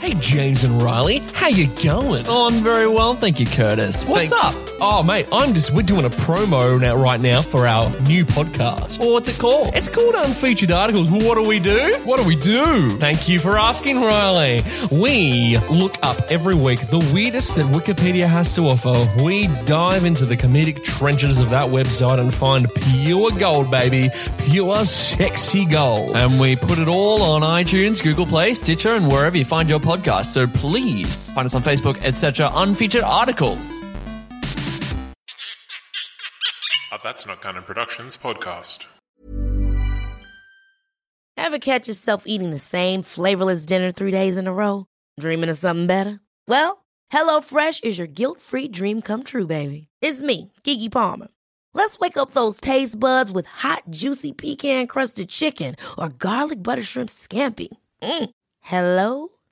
S6: Hey, James and Riley, how you going?
S4: Oh, I'm very well, thank you, Curtis. What's
S6: Thank-
S4: up?
S6: Oh, mate, I'm just we're doing a promo now right now for our new podcast.
S4: Well, what's it called?
S6: It's called Unfeatured Articles. What do we do? What do we do? Thank you for asking, Riley. We look up every week the weirdest that Wikipedia has to offer. We dive into the comedic trenches of that website and find pure gold, baby. Pure sexy gold.
S4: And we put it all on iTunes, Google Play, Stitcher, and wherever you find your podcast. So please find us on Facebook, etc. Unfeatured articles.
S2: A That's Not Gunner Productions podcast.
S7: Ever catch yourself eating the same flavorless dinner three days in a row? Dreaming of something better? Well, HelloFresh is your guilt free dream come true, baby. It's me, Kiki Palmer. Let's wake up those taste buds with hot, juicy pecan crusted chicken or garlic butter shrimp scampi. Mm. Hello